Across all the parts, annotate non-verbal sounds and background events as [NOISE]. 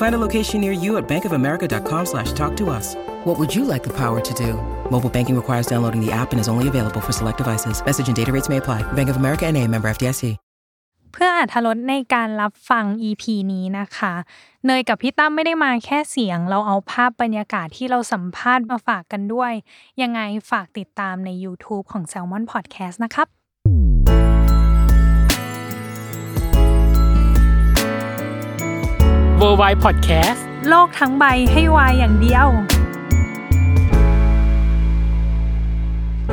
Find a location near you at bankofamerica.com slash talk to us. What would you like the power to do? Mobile banking requires downloading the app and is only available for select devices. Message and data rates may apply. Bank of America and a member FDIC. เพื่ออาธรสในการรับฟัง EP นี้นะคะ เนยกับพี่ตั้มไม่ได้มาแค่เสียง เราเอาภาพบรรยากาศที่เราสัมภาษณ์มาฝากกันด้วย ยังไงฝากติดตามใน YouTube ของ Salmon Podcast นะครับ w o r l d w i d e Podcast โลกทั้งใบให้วายอย่างเดียว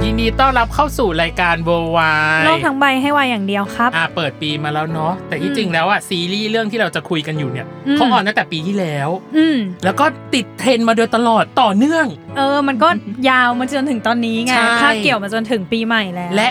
ยินดีต้อนรับเข้าสู่รายการ w o r l d w i d e โลกทั้งใบให้วายอย่างเดียวครับ อ่าเปิดปีมาแล้วเนาะแต่ที่จริงแล้วอะซีรีส์เรื่องที่เราจะคุยกันอยู่เนี่ย อืม เขาออนตั้งแต่ปีที่แล้ว อืม แล้วก็ติดเทรนด์มาโดยตลอดต่อเนื่อง เออ มันก็ ยาวมาจนถึงตอนนี้ไง ใช่ ภาคเกี่ยวมาจนถึงปีใหม่แล้ว และ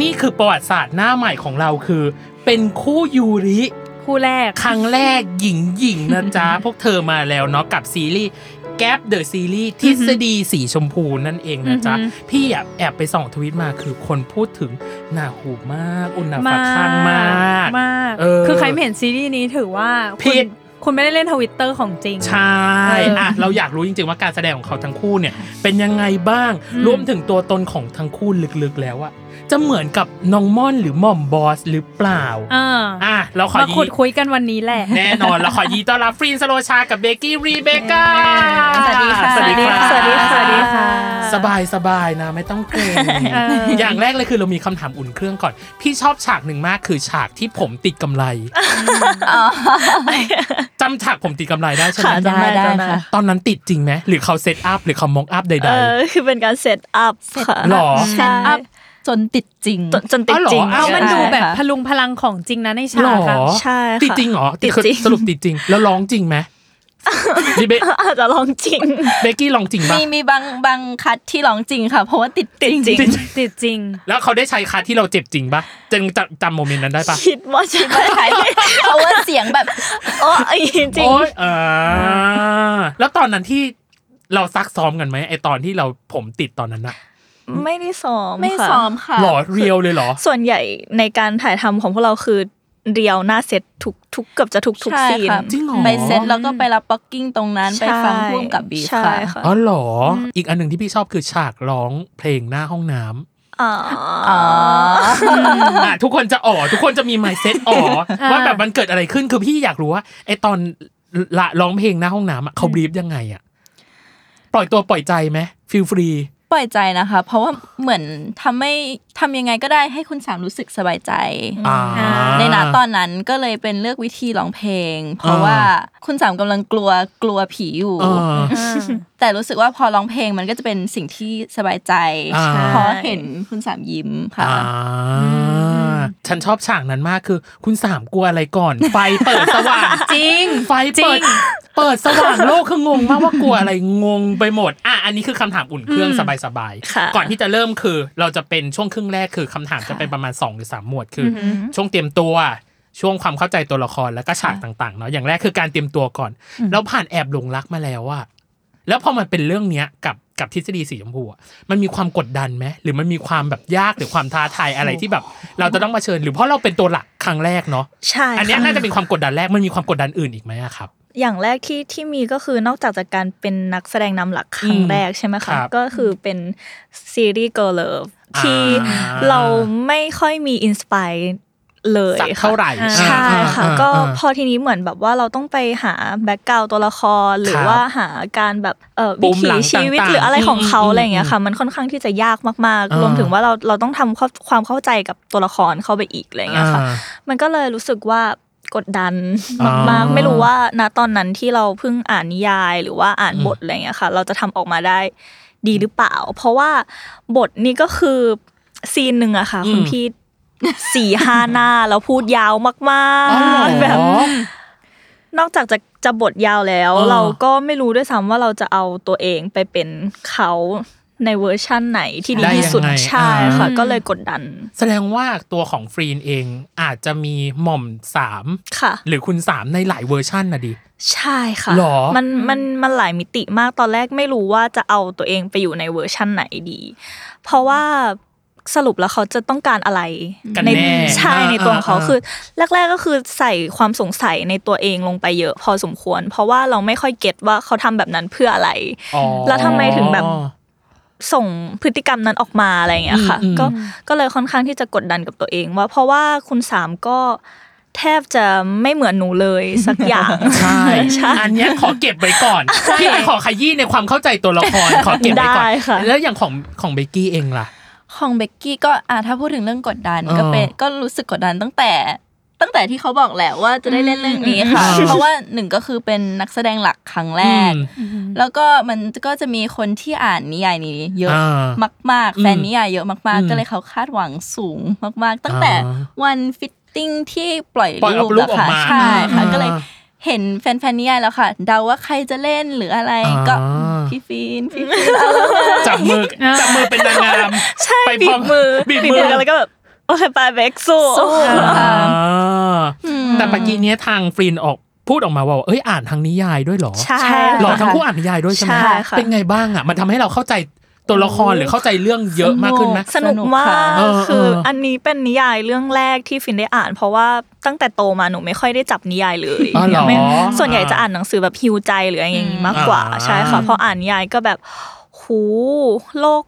นี่คือประวัติศาสตร์หน้าใหม่ของเราคือ เป็นคู่ยูริ คู่แรก ครั้งแรกหญิงหญิงๆนะ [LAUGHS] จ๊ะ พวกเธอมาแล้วเนาะกับซีรีส์แกปเดอะซีรีส์ทฤษฎีสีชมพูนั่นเองนะจ๊ะ อือหือ พี่อะแอบไปส่องทวิตมาคือคนพูดถึงหนาหูมากอุณหภูมิข้างมาก มาก เออ คือใครไม่เห็นซีรีส์นี้ถือว่าคุณ ผิด คุณไม่ได้เล่นทวิตเตอร์ของจริง ใช่ เอออ่ อ่ะเราอยากรู้จริงๆว่าการแสดงของเขาทั้งคู่เนี่ย เป็นยังไงบ้าง อืม รวมถึงตัวตนของทั้งคู่ลึกๆแล้วอะจะเหมือนกับน้องม่อนหรือหม่อมบอสหรือเปล่า เอออ อ่ะเราขอ มา ยี ขุดคุยกันวันนี้แหละ แน่นอน เราขอยีต้อนรับฟรีนสโลชากับเบกกี้รีเบกา สวัสดีค่ะ สวัสดีค่ะ สวัสดีค่ะ สบายสบายๆนะไม่ต้องเกรง เอออ อย่างแรกเลยคือเรามีคำถามอุ่นเครื่องก่อน พี่ชอบฉากหนึ่งมากคือฉากที่ผมติดกำไรจำฉากผมติดกำไรได้ใช่ไหม ค่ะได้ได้ค่ะ ตอนนั้นติดจริงไหมหรือเขาเซตอัพหรือเขามองอัพใด เออคือเป็นการเซตอัพค่ะ หรอ ใช่ อัพ จนติดจริงจนติ อ๋ ด อหรอ จริง อ้าว เอามันดูแบบพ ใช่ค่ะ ลุงพลังของจริงนะใน ๆหร ฉาก อ อะ ใช่ค่ะ ติดจริงเหรอ ติดจริง สรุปติดจริง แล้วร้องจริงไหมนี่เบ [LAUGHS] อาจจะลองจริง เบกกี้ร้องจริงปะ มีมีบางบางคัดที่ลองจริงค่ะ เพราะว่าติดจริง ติดจริง ติดจริง แล้วเขาได้ใช้คัดที่เราเจ็บจริงปะจำจำจำโมเมนต์นั้นได้ปะ คิดว่าใช่ [LAUGHS] เพราะว่าเสียงแบบโอ้ยจริง โอ๊ยเออแล้วตอนนั้นที่เราซักซ้อมกันไหมไอตอนที่เราผมติดตอนนั้นอะ ไม่ได้ซ้อม ไม่ ค่ะ ซ้อมค่ะ หรอเรียวเลยเหรอ ส่วนใหญ่ในการถ่ายทำของพวกเราคือเรียวหน้าเซตทุกทุกเกือบจะทุกทุก ใช่ ซีน ค่ะ จริงเหรอ ไปเซ็ตแล้วก็ไปรับบ็อกกิ้งตรงนั้น ใช่ ไปฟังพ่วงกับบีฟ ใช่ ค่ะ ค่ะ อ๋อเหรอออีกอันหนึ่งที่พี่ชอบคือฉากร้องเพลงหน้าห้องน้ำ อ๋อ อ๋อ อ่ะทุกคนจะอ๋อทุกคนจะมีไมเซ็ตอ๋อว่าแบบมันเกิดอะไรขึ้นคือพี่อยากรู้ว่าไอตอนละร้องเพลงหน้าห้องน้ำอ่ะเขาบรีฟยังไงอ่ะปล่อยตัวปล่อยใจไหมฟิลฟรี ปล่อยใจนะคะ เพราะว่าเหมือนทำไม่ทำยังไงก็ได้ให้คุณสามรู้สึกสบายใจ อ่า ในนาตอนนั้นก็เลยเป็นเลือกวิธีร้องเพลง เพราะ อ่า ว่าคุณสามกำลังกลัวกลัวผีอยู่ เออ แต่รู้สึกว่าพอร้องเพลงมันก็จะเป็นสิ่งที่สบายใจ อ่า เพอเห็นคุณสามยิ้มค่ะ อ่าฉันชอบฉากนั้นมากคือ คุณสามกลัวอะไร [LAUGHS] ก่อน ไฟเปิดสว่าง จริง ไฟ จริ เปิด ง เปิดสว่างโลกคืองงมากว่ากลัวอะไรงงไปหมด อ่ะอันนี้คือคำถามอุ่นเครื่อง อืม สบายๆ ก่อนที่จะเริ่มคือ เราจะเป็นช่วงครึ่งแรกคือคำถามจะเป็นประมาณ 2 หรือ 3 หมวดคืออช่วงเตรียมตัวช่วงความเข้าใจตัวละครแล้วก็ฉากต่างๆเนาะอย่างแรกคือการเตรียมตัวก่อนเราผ่านแอบหลงรักมาแล้วอะแล้วพอมันเป็นเรื่องเนี้ยกับกับทฤษฎีสีชมพูอะมันมีความกดดันไหมหรือมันมีความแบบยากหรือความท้าทายอะไรที่แบบ เราจะต้องมาเผชิญ หรือเพราะเราเป็นตัวหลักครั้งแรกเนาะ ใช่ อันเนี้ย ค่ น่าจะเป็นความกดดันแรกมันมีความกดดันอื่นอีกไหมอะครับ อย่างแรกที่ที่มีก็คือนอกจากจากการเป็นนักแสดงนำหลักครั้ อื ง ม แรกใช่ไหม ครั คะ บ ก็คือเป็นซีรีส์ Girl Love ที่ อ่า เราไม่ค่อยมีอินสปาย เลย สัก ค่ะ เท่าไหร่ ใช่ อ่า ค่ะ อ่า ก็ อ่า พอทีนี้เหมือนแบบว่าเราต้องไปหาแบ็กกราวตัวละครหรื ค อ รับ ว่าหาการแบบเอ่อ ปุ่มวิถี หลัง ชีวิต ต่างๆ หรืออะไรของเขา อืม อะไรอย่างเงี้ยค่ะ มันค่อนข้างที่จะยากมาก อ่า ๆ รวมถึงว่าเราเราต้องทำความความเข้าใจกับตัวละครเข้าไปอีกอะไรอย่างเงี้ยค่ะ อ่า มันก็เลยรู้สึกว่ากดดัน อ่าม ากๆ ไม่รู้ว่าณตอนนั้นที่เราเพิ่งอ่านนิยายหรือว่าอ่านบทอะไรอย่างเงี้ยค่ะ เราจะทำออกมาได้ดีหรือเปล่า เพราะว่าบทนี่ก็คือซีนหนึ่งอะค่ะ คุณ อืม พี่สี่ห้าหน้าแล้วพูดยาวมาก อ๋อเหรอ ๆแบบ นอกจากจะจะบทยาวแล้ว เออ เราก็ไม่รู้ด้วยซ้ำว่าเราจะเอาตัวเองไปเป็นเขาในเวอร์ชั่นไหนที่ดีที่สุด ไยังไง ใช่ค่ะ อ่า ก็เลยกดดัน แสดงว่าตัวของฟรีนเองอาจจะมีหม่อมสาม ค่ะ หรือคุณสามในหลายเวอร์ชั่นนะดิ ใช่ค่ะ หรอ มันมันมันหลายมิติมากตอนแรกไม่รู้ว่าจะเอาตัวเองไปอยู่ในเวอร์ชั่นไหนดี เพราะว่าสรุปแล้วเขาจะต้องการอะไร กัน ใน แน่ ใช่ อ่า ในตัวของเขา อ่า คือ แรก ๆก็คือใส่ความสงสัยในตัวเองลงไปเยอะพอสมควร เพราะว่าเราไม่ค่อยเก็ตว่าเขาทำแบบนั้นเพื่ออะไร อ๋อ แล้วทำไมถึงแบบ ส่งพฤติกรรมนั้นออกมาอะไรอย่างเงี้ยค่ะ อืมอืม ก็ก็เลยค่อนข้างที่จะกดดันกับตัวเองว่าเพราะว่าคุณสามก็แทบจะไม่เหมือนหนูเลยสักอย่าง ใช่ ใช่ อันเนี้ยขอเก็บไว้ก่อนพี่ไปขอขยี้ในความเข้าใจตัวละครขอเก็บไว้ก่อน ได้ค่ะ แล้วอย่างของของเบกกี้เองล่ะ ของเบกกี้ก็อ่ะถ้าพูดถึงเรื่องกดดัน เออ ก็เป็นก็รู้สึกกดดันตั้งแต่ ตั้งแต่ที่เขาบอกแหละว่าจะได้เล่นเรื่องนี้ค่ะ อืม เพราะว่าหนึ่งก็คือเป็นนักแสดงหลักครั้งแรก อืม แล้วก็มันก็จะมีคนที่อ่านนิยายนี้เยอะ อ่าม มาก อืมๆแฟนนิยายเยอะมาก อืม ๆ ก็เลยเขาคาดหวังสูงมากๆ ตั้งแต่ อ่า วันฟิตติ้งที่ปล่อย ปล่อย รูป รูป แล้ออกวค่ะมา ใช่ค่ะ อ่า ก็เลยเห็นแฟนๆนิยายแล้วค่ะ เดาว่าใครจะเล่นหรืออะไรก็ อ่า พี่ฟีนพี่ฟีนเอาแล้วนะ จับมือจับมือเป็นนางงาม ใช่ ไปพ บี ร้อม บมือ บี บี บบ มื มื อ อแล้วก็แบบโอเคไปเบกสู้ อ่า ม แต่เมื่อกี้เนี้ยทางฟรีนออกพูดออกมาว่าเอ้ยอ่านทางนิยายด้วยเหรอ ใช่ หลอ ค่ะ ทั้งคู่อ่านนิยายด้วยใช่ไหม ใช่ค่ะ เป็นไงบ้างอ่ะ มันทำให้เราเข้าใจตัวละครหรือเข้าใจเรื่องเยอะมากขึ้นไหม สนุกมา สนุกค่ะ ก เออ คือ เอออั อันนี้เป็นนิยายเรื่องแรกที่ฟินได้อ่าน เพราะว่าตั้งแต่โตมาหนูไม่ค่อยได้จับนิยายเลย อ๋อเหรอ ไม่ส่วนใหญ่จะอ่านหนังสือแบบฮิวใจหรืออะไรอย่างนี้มากกว่า อ่า ใช่ค่ะเพออ่านนิยายก็แบบหูโลก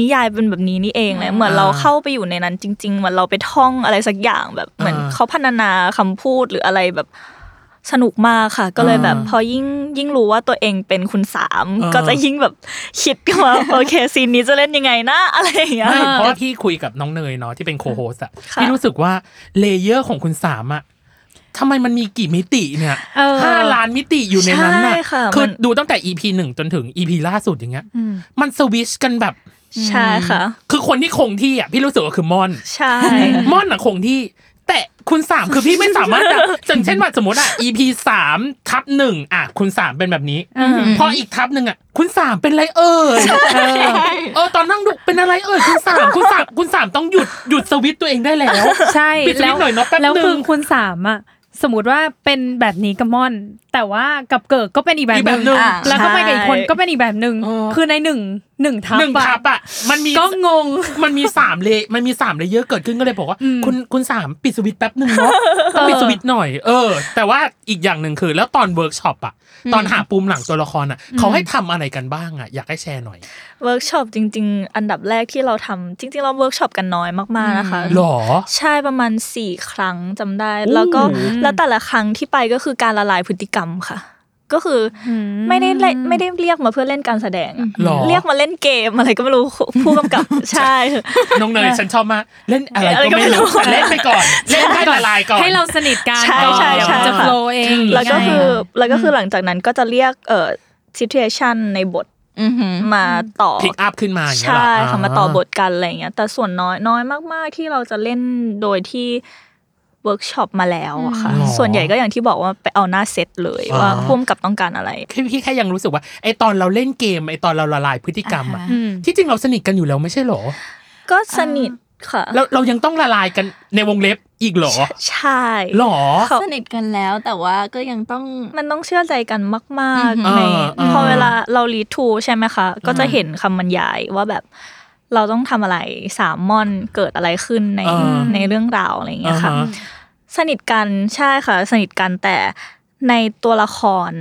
นิยายเป็นแบบนี้นี่เองเลยเหมือนเราเข้าไปอยู่ในนั้นจริงๆเหมือนเราไปท่องอะไรสักอย่างแบบเหมือนเขาพัฒนาคำพูดหรืออะไรแบบสนุกมากค่ะ ก็เลยแบบพอยิ่งยิ่งรู้ว่าตัวเองเป็นคุณสาม เออ ก็จะยิ่งแบบคิดว่า โอเคซีนนี้จะเล่นยังไงนะอะไรอย่างเงี้ย ไม่เพราะว่าพี่คุยกับน้องเนยเนาะที่เป็นโคโฮสอะ ค่ะ พี่รู้สึกว่าเลเยอร์ของคุณสามอะทำไมมันมีกี่มิติเนี่ย เออ ห้าล้านมิติอยู่ในนั้นน่ะ ใช่ค่ะ คือ มัน ดูตั้งแต่ EP หนึ่งจนถึง EP ล่าสุดอย่างเงี้ย มันสวิชกันแบบ ใช่ค่ะ คือคนที่คงที่อะพี่รู้สึกว่าคือมอน ใช่ ม่อนอะคงที่ แต่คุณสามคือพี่ไม่สามารถ [LAUGHS] จะ อย่างเช่นว่าสมมติอะ EP สามทับหนึ่งอะคุณสามเป็นแบบนี้พออีกทับหนึ่งอะคุณสามเป็นไรเอ่ยเออเออตอนนั่งดูเป็นอะไรเอ่ยคุณสามคุณสามคุณสามต้องหยุดหยุดสวิตช์ตัวเองได้แล้ว ใช่ ปิดสวิตช์หน่อยเนอะแป๊บ แล้ว นึง คือคุณสามอ่ะสมมติว่าเป็นแบบนี้กับม่อน แต่ว่ากับเกิกก็เป็นอีกแบ อี บ กแบบห ห นึ่ นึ่ ง ง อ่ะ แล้วก็ไปกับอีกคน ใช่ ก็เป็นอีกแบบหนึ่งคือในหนึ่งหนึ่งทับ หนึ่ง อะ ทับอะมันมี ก็งง มันมีสามเลมันมีสามเลเยอร์เกิดขึ้นก็เลยบอกว่า อืม คุณคุณสามปิดสวิตช์แป๊บหนึ่งเนาะต้องปิดสวิตช์หน่อยเออ แต่ว่าอีกอย่างหนึ่งคือ แล้วตอนเวิร์กช็อปอะตอนหาปูมหลังตัวละครอะเขาให้ทำอะไรกันบ้างอะอยากให้แชร์หน่อย เวิร์กช็อปจริง ๆ อันดับแรกที่เราทำจริง ๆ เราเวิร์กช็อปกันน้อยมากๆนะคะ หรอ ใช่ประมาณ 4 ครั้งจำได้ แล้วก็แล้วแต่ละครั้งที่ไปก็คือการละลายพฤติกรรมค่ะ ก็คืออ ม ไม่ได้เล่นไม่ได้เรียกมาเพื่อเล่นการแสดงอะ หรอ เรียกมาเล่นเกมอะไรก็ไม่รู้ [LAUGHS] ผู้กำ [LAUGHS] กับ ใช่ น้องเนยฉันชอบมากเล่นอะไรก็ไม่รู้ อะไรก็ไม่รู้ เล่นไปก่อน เล่นให้ละลายก่อน ให้เราสนิทกัน ใช่ใช่ เดี๋ยวมัน ใช่ จะ ค่ะ โฟล์เอง แล้วก็คือ ใช่ะ แล้วก็คือหลังจากนั้นก็จะเรียกเอ่อซิทูเอชันในบท อือหือ มาต่อ พิกอัพขึ้นมาอย่างเงี้ย ใช่ เหรอ ค่ะมาต่อบทกันอะไรอย่างเงี้ยแต่ส่วนน้อยน้อยมาก ๆ ที่เราจะเล่นโดยที่เวิร์กช็อปมาแล้วอะค่ะ อ๋อ ส่วนใหญ่ก็อย่างที่บอกว่าไปเอาหน้าเซตเลย อ๋อ ว่าพุ่มกับต้องการอะไร คือพี่แค่ยังรู้สึกว่าไอตอนเราเล่นเกมไอตอนเราละลายพฤติกรรมอะ อ่า อืม ที่จริงเราสนิทกันอยู่แล้วไม่ใช่เหรอ ก็สนิทค่ะ เราเรายังต้องละลายกันในวงเล็บอีกเหรอ ใช่ หรอ เขา สนิทกันแล้วแต่ว่าก็ยังต้อง มันต้องเชื่อใจกันมาก อือฮึ ๆ ใน อ่า พอเวลาเรารีทูใช่ไหมคะ ก็จะเห็นคำบรรยายว่าแบบเราต้องทำอะไรสามมอนเกิดอะไรขึ้นใน อ่า ในเรื่องราวอะไรอย่างเงี้ยค่ะ อ่าฮ สนิทกันใช่ค่ะ สนิทกันแต่ในตัวละคร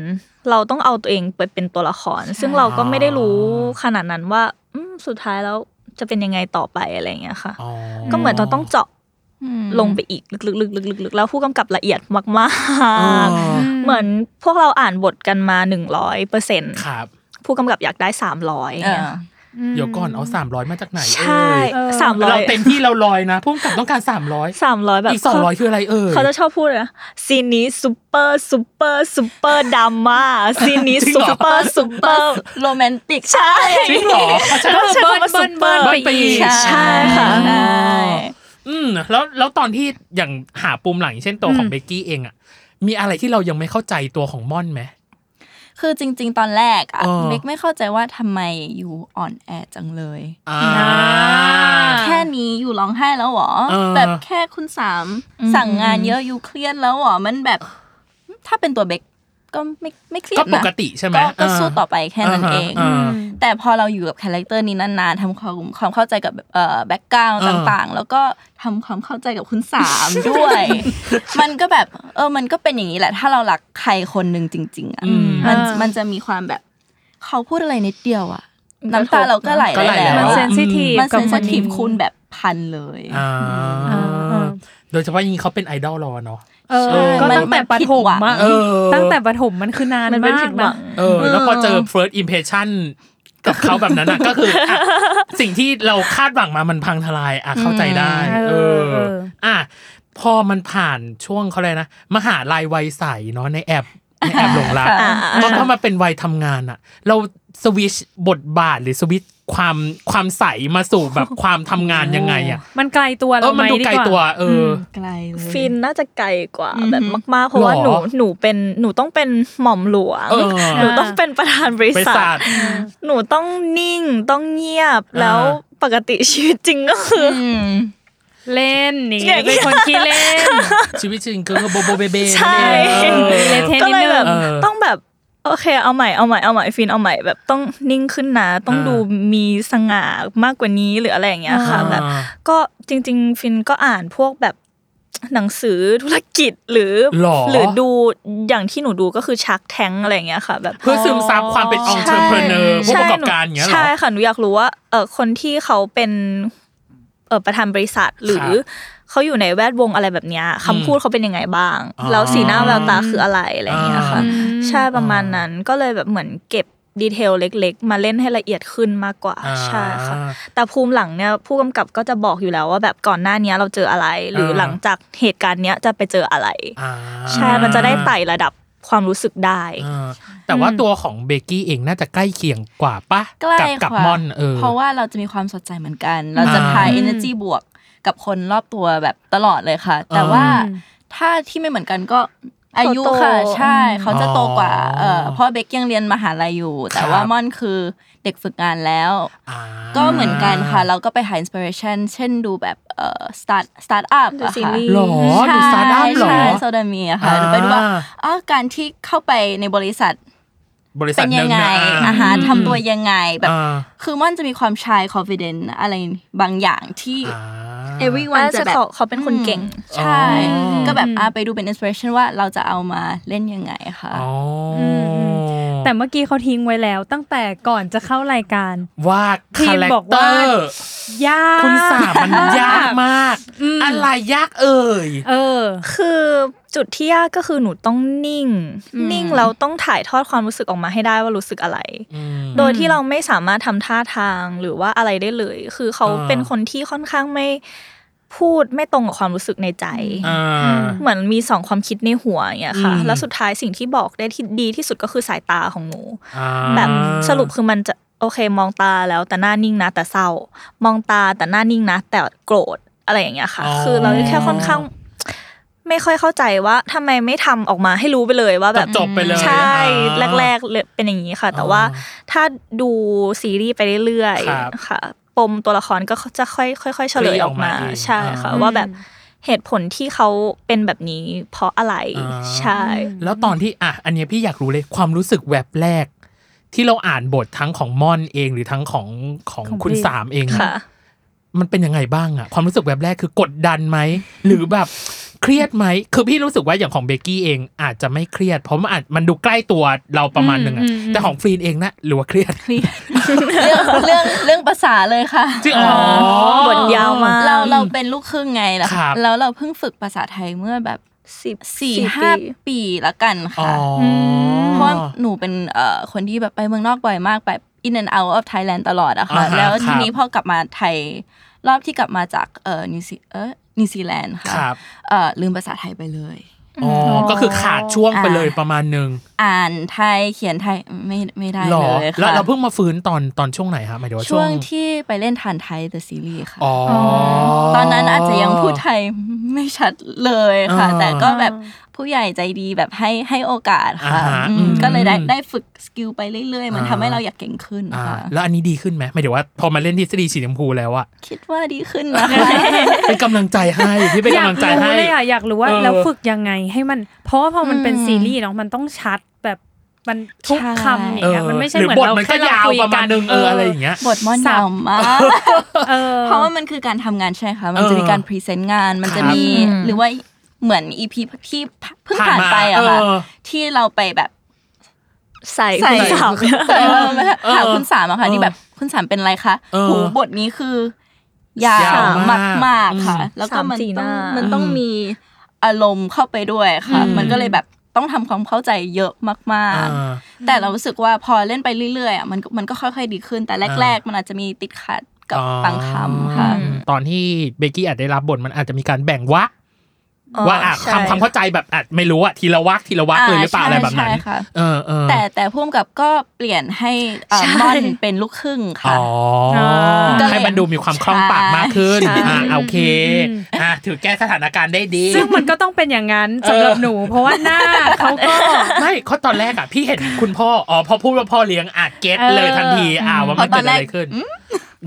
เราต้องเอาตัวเองไปเป็นตัวละคร ซึ่งเราก็ไม่ได้รู้ขนาดนั้นว่าอืมสุดท้ายแล้วจะเป็นยังไงต่อไปอะไรอย่างเงี้ยค่ะ อ๋อ ก็เหมือนเราต้องเจาะ ลงไปอีกลึกๆๆๆๆแล้วผู้กำกับละเอียดมาก อ๋อ ๆ เหมือนพวกเราอ่านบทกันมาหนึ่งร้อยเปอร์เซ็นต์ ครับ ผู้กำกับอยากได้สามร้อย เออ เดี๋ยวก่อนเอาสามร้อยมาจากไหน ใช่ เออ สาม เอ่ย ร้อ เรา ย เต็มที่เราลอยนะพุ่มกับต้องการสามร้อย สามร้อยแบบ อีกสองร้อยคืออะไรเอ่ย เขาจะชอบพูดเลยนะซีนนี้ซูเปอร์ซูเปอร์ซูเปอร์ดราม่าซีนนี้ จริง ซู เหรอ เปอร์ซูเปอร์ โรแมนติกใช่ จริงเหรอเขาใช้ ก็ใช้คำว่า เบิ้ ซู ล เปอร์ เบิ้ลเบิ้ลไปอีก ใช่ค่ะ ใช่ อืมแล้วแล้วตอนที่อย่างหาปุ่มหลังเช่นตัวของเบกกี้เองอะมีอะไรที่เรายังไม่เข้าใจตัวของม่อนไหม คือจริง ๆ ตอนแรกอะ เออ เบกไม่เข้าใจว่าทำไมอยู่อ่อนแอจังเลย อ่า แค่นี้อยู่ร้องไห้แล้วเหรอ เออ แบบแค่คุณสามสั่งงานเยอะอยู่เครียดแล้วเหรอ มันแบบ ถ้าเป็นตัวเบกก็ไม่ไม่เครีย ก็ ด ป นะ กติใช่ไหม ก็ก็สู้ต่อไปแค่นั้นเอง าฮะา แต่พอเราอยู่กับคาแรคเตอร์นี้นานๆทำความความเข้าใจกับเอ่อแบ็กกราว เออ ต่างๆ แล้วก็ทำความเข้าใจกับคุณสาม [LAUGHS] ด้วย มันก็แบบเออมันก็เป็นอย่างนี้แหละ ถ้าเรารักใครคนหนึ่งจริง ๆอ่ะ อืม มัน อ่ามั มันจะมีความแบบเขาพูดอะไรนิดเดียวอ่ะ กระ น้ำ ทบ ตาเราก็ไหล ก็ไหล ได้ แล้ แล้วว มัน อะ เซ อะ นซิทีฟ มัน กับคเซนส น ที นี้ ฟคุณแบบพันเลย อ่า อ่าอ่า โดยเฉพาะอย่างนี้เขาเป็นไอดอลเราอะเนาะ เออ ใช่ ก็ มัน ตั้งแต่ มัน ป ผิด ฐม หวัง อะ เออ ตั้งแต่ปฐมมันคือนาน มันเป็น มา ผิ ก ดหวั นะ ง เออ แล้วพอเจอ first impression กับเขาแบบนั้นอะ [LAUGHS] ก็คืออ่ะสิ่งที่เราคาดหวังมามันพังทลายอะเข้าใจได้ อืม เออ เออ อ่ะพอมันผ่านช่วงเขาเลยกนะมหาลัยวัยใสเนาะในแอปในแอปหลงรัก อ่า ก็เข้ามาเป็นวัยทำงานอะเราสวิชบทบาทหรือสวิชความความใสมาสู่แบบ [LAUGHS] ความทำงานยังไงอะ มันไกลตัว เอ เรา อ ไห มัน ม ดู ดี ไกล กว่า ตัว เออ ไกลเลย ฟินน่าจะไกลกว่า อือหือ แบบมากๆ เพราะว่า ห ห ร นู อ หนูเป็นหนูต้องเป็นหม่อมหลวง เออ หนูต้องเป็นประธ [LAUGHS] านบริ ไป ษัท ศาสตร์ หนูต้องนิ่งต้องเงียบ อ่า แล้วปกติชีวิตจริงก็คืออ เล่นนี่ อย่างเงี้ เป็น ย คนขี้เล่น ชีวิตจริงก็คือโบโบเบเบ้ ใช่ นั่นเองเออ เละเทะ ก็ นิด เลย นึ แบบ ง เออ ต้องแบบโอเคเอาใหม่เอาใหม่เอาใหม่ฟินเอาใหม่แบบต้องนิ่งขึ้นนะต้อง อ่า ดูมีสง่ามากกว่านี้หรืออะไรอย่างเงี้ยค่ะแบบ ก็จริง ๆ ฟินก็อ่านพวกแบบหนังสือธุรกิจหรือ หรอ หรือดูอย่างที่หนูดูก็คือชักแทงอะไรอย่างเงี้ยค่ะ แบบ เพื่อซึมซับความเป็นองค์เทอร์เพเนอร์ผู้ป ใช่ ระกอบการอย่างเงี้ยเหรอ ใช่ค่ะหนูอยากรู้ว่าเออคนที่เขาเป็นเออประธานบริษัทหรืคอรับ เขาอยู่ในแวดวงอะไรแบบเนี้ยคำพูดเขาเป็นยังไงบ้าง อ๋อ แล้วสีหน้าแววตาคืออะไรอะไรอย่างเงี้ยค่ะ อื ใช่ประมาณนั้นก็เลยแบบเหมือนเก็บดีเทลเล็ก ๆ มาเล่นให้ละเอียดขึ้นมากกว่า อ่า ใช่ค่ะ แต่ภูมิหลังเนี่ยผู้กำกับก็จะบอกอยู่แล้วว่าแบบก่อนหน้าเนี้ยเราเจออะไร หรือ เออ หลังจากเหตุการณ์เนี้ยจะไปเจออะไร อ่า ใช่มันจะได้ไต่ระดับความรู้สึกได้ เออแต่ว่าตัวของเบกกี้เองน่าจะใกล้เคียงกว่าปะ ใกล้ กับกับ ค่ะ มอนเออ เพราะว่าเราจะมีความสดใจเหมือนกัน เราจะ อ่า พาย energy บวกกับคนรอบตัวแบบตลอดเลยค่ะ แต่ว่าถ้าที่ไม่เหมือนกันก็อายุค่ะ เขาโต ใช่เขาจะโตกว่า อ๋อ เออเพราะเบคยังเรียนมหาลัยอยู่ แต่ ครับ ว่ามอนคือเด็กฝึกงานแล้ว อ่า ก็เหมือนกันค่ะ เราก็ไปหา inspiration เช่นดูแบบเอ่อ start start up ดู อะ ซี ค่ะ รีส์ หรอดูซาดัมหรอ ใช่โซดามีอะค่ะไปดูว่า อ่า อ้าวการที่เข้าไปในบริษัท บริษั เป็ ท น ห ยัง งไง นะ อาหารทำตัวยังไงแบบ อ่า คือม่อนจะมีความชาย confident อะไรบางอย่างที่ อ่า everyone จะ จะ แบบ เขาเขาเป็นคนเก่ง ใช่ อ๋อ ก็แบบอ่ะไปดูเป็น inspiration ว่าเราจะเอามาเล่นยังไงค่ะ อ๋อมออื แต่เมื่อกี้เขาทิ้งไว้แล้วตั้งแต่ก่อนจะเข้ารายการ ว่า ทีม คาแรค บอก เต ว่า อร์ ยาก คุณสามมันยากมาก อะไรยากเอ่ย เออ คือจุดที่ยากก็คือหนูต้องนิ่ง นิ่งแล้วต้องถ่ายทอดความรู้สึกออกมาให้ได้ว่ารู้สึกอะไร อืม โดยที่เราไม่สามารถทำท่าทางหรือว่าอะไรได้เลย คือเขา อ่า เป็นคนที่ค่อนข้างไม่พูดไม่ตรงกับความรู้สึกในใจ อ่า เหมือนมีสองความคิดในหัวอย่างเงี้ยค่ะ อืม แล้วสุดท้ายสิ่งที่บอกได้ที่ดีที่สุดก็คือสายตาของหนู อ่า แบบสรุปคือมันจะโอเคมองตาแล้วแต่หน้านิ่งนะแต่เศร้า มองตาแต่หน้านิ่งนะ แต่โกรธอะไรอย่างเงี้ยค่ะ อ๋อ คือเราแค่ค่อนข้าง ไม่ค่อยเข้าใจว่าทำไมไม่ทำออกมาให้รู้ไปเลยว่าแบบ จบๆไปเลย ใช่ อ่า แรกๆเลยเป็นอย่างนี้ค่ะ แต่ อ๋อ ว่าถ้าดูซีรีส์ไปเรื่อย ครับ ๆค่ะ ปมตัวละครก็จะค่อยๆค่อยๆเฉลยออกมา คลี่ออกมาเอง ใช่ค่ะ อ่า ว่าแบบเหตุผลที่เขาเป็นแบบนี้ เพราะอะไร อ่า ใช่ แล้วตอนที่อ่ะอันเนี้ยพี่อยากรู้เลยความรู้สึกแวบแรก ที่เราอ่านบททั้งของมอนเองหรือทั้งของของ ของ คุณ พี่ สามเองอะ ค่ะ มันเป็นยังไงบ้างอะความรู้สึกแวบแรกคือกดดันไหม หรือแบบ เครียดไหม คือพี่รู้สึกว่าอย่างของเบกกี้เองอาจจะไม่เครียด เพราะมันอาจมันดูใกล้ตัวเราประมาณหนึ่งอะ อืมอืม แต่ของฟรีนเองนะหรือว่าเครียด [LAUGHS] เรื่องเรื่องเรื่องภาษาเลยค่ะ จริงอ๋อ บทยาวมาก เราเราเป็นลูกครึ่งไงล่ะ ครับ แล้วเราเพิ่งฝึกภาษาไทยเมื่อแบบ สิบ สี่ห้าปีละกัน อ๋อ ค่ะ อ เพราะว่าหนูเป็นเอ่อคนที่แบบไปเมืองนอกบ่อยมากแบบ in and out of Thailand ตลอดอะค่ะ าฮะ แล้ว ค ที รับ นี้พอกลับมาไทย รอบที่กลับมาจากเอ่อนิวซีเอ่อนิวซีแลนด์ ครั ค่ะ บ เอ่อลืมภาษาไทยไปเลย อ๋อก็คือขาดช่วงไปเลยประมาณหนึ่ง อ่านไทยเขียนไทยไม่ไม่ได้ หร เล อย แล้ว ค่ะ เราเพิ่งมาฟื้นตอนตอนช่วงไหนครับหมายถึงว่า ช่วงที่ไปเล่นทานไทย The Series ค่ะ อ๋อ ตอนนั้นอาจจะยังพูดไทยไม่ชัดเลยค่ะ อ่า แต่ก็แบบผู้ใหญ่ใจดีแบบให้ให้โอกาสค่ะ อ่าฮะ อืม อืม ก็เลยได้ได้ฝึกสกิลไปเรื่อย ๆ มัน อ่า ทำให้เราอยากเก่งขึ้น อ่า ค่ะ แล้วอันนี้ดีขึ้นไหมหมายถึงว่าพอมาเล่นทฤษฎีสีชมพูแล้ว [LAUGHS] อะ คิดว่าดีขึ้นนะคะ เป็นกำลังใจให้พี่เป็น อยาก กำลังใจ รู้ ให้ เลยอ่ะอยากรู้ว่า เออ แล้วฝึกยังไงให้มัน เพราะว่าพอมันเป็น อืม ซีรีส์เนาะมันต้องชัดแบบมันทุก ใช่ คำอย่างเงี้ยมันไม่ใช่ หรื เหมือน บท เรา มัน แค่ ก็ เรา ยาว คุย ประมา กั ณ น นึงเอออะไรอย่างเงี้ย บทม่อน สับ ยาวมาก เออ เพราะว่ามันคือการทำงานใช่ไหมค่ะมันจะมีการพรีเซนต์งานมันจะมี ครับ หรือว่าเหมือนอีพีที่เพิ่งผ่านไปอะค่ะ ผ่านมาเออ ที่เราไปแบบ ใส่ ใส่ สามเนี่ย เออถาม เออ คุณสามอะค่ะ เออ ที่แบบคุณสามเป็นไรคะ เออ หูบทนี้คือยาย าว ว มาม าก กมากๆค่ะ อืม แล้วก็มัน สามสี่ห ต้อ น้า งมันต้องมีอารมณ์เข้าไปด้วยค่ะ อืม มันก็เลยแบบต้องทำความเข้าใจเยอะมาก อ่า ๆ แต่เรารู้สึกว่าพอเล่นไปเรื่อยๆอะมันก็มันก็ค่อยๆดีขึ้น แต่แรก ๆ มันอาจจะมีติดขัดกับ อ๋อบ างคำค่ะ อืมตอนที่เบกกี้อาจได้รับบทมันอาจจะมีการแบ่งวะว่าอ่ะ ใช่ ทำความเข้าใจแบบอาจไม่รู้อะทีละวักทีละวักเลยหรือเปล่า อ่า อะไรแบบนั้น ใช่ค่ะ เออเออ แต่แต่พ่วงกับก็เปลี่ยนให้เอ่อ ใช่ ม่อนเป็นลูกครึ่งค่ะ อ๋อ ก็เลย ให้มันดูมีความคล่องปากมากขึ้น ใช่ อ่ะโอเค อืม อ่ะถือแก้สถานการณ์ได้ดี ซึ่งมันก็ต้องเป็นอย่างนั้นสำหรับหนู เพราะว่าหน้าเขาก็ ไม่เขาตอนแรกอ่ะพี่เห็นคุณพ่ออ๋อพอพูดว่าพ่อเลี้ยงอ่ะเก็ต เออ เลยทันทีอ่าว่ามันเกิดอะไรขึ้น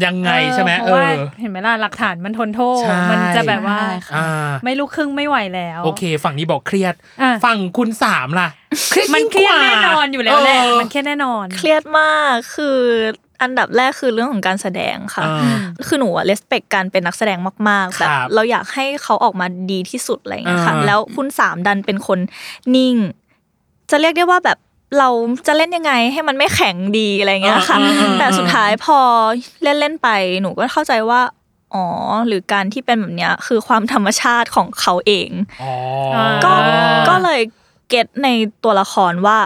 ยังไงใช่ไหม เพ เอ ราะว่า อ เห็นไหมล่ะหลักฐานมันทนโทษ ใช่ มันจะแบบว่า ใช่ค่ะ อ่า ไม่ลูกครึ่งไม่ไหวแล้ว โอเค ฝั่งนี้บอกเครียด อ่ะ ฝั่งคุณสามล่ะเครียด มันเคยิ่งรียด กา แน่นอนอยู่แล้วแหละ เออ มันเครียดแน่นอน เครียดมากคืออันดับแรกคือเรื่องของการแสดงค่ะ อ่า คือหนูอะเลสเปกการเป็นนักแสดงมากๆแบบ ครับ เราอยากให้เขาออกมาดีที่สุดอะไรอย่างเงี้ยค่ะ อ่า แล้วคุณสามดันเป็นคนนิ่ง จะเรียกได้ว่าแบบเราจะเล่นยังไงให้มันไม่แข็งดีอะไรอย่างเงี้ยค่ะ อ่าอ่าอ่า แต่สุดท้ายพอเล่นเล่นๆไปหนูก็เข้าใจว่าอ๋อหรือการที่เป็นแบบเนี้ยคือความธรรมชาติของเขาเอง อ๋อ ก็ก็เลยเก็ตในตัวละครว่า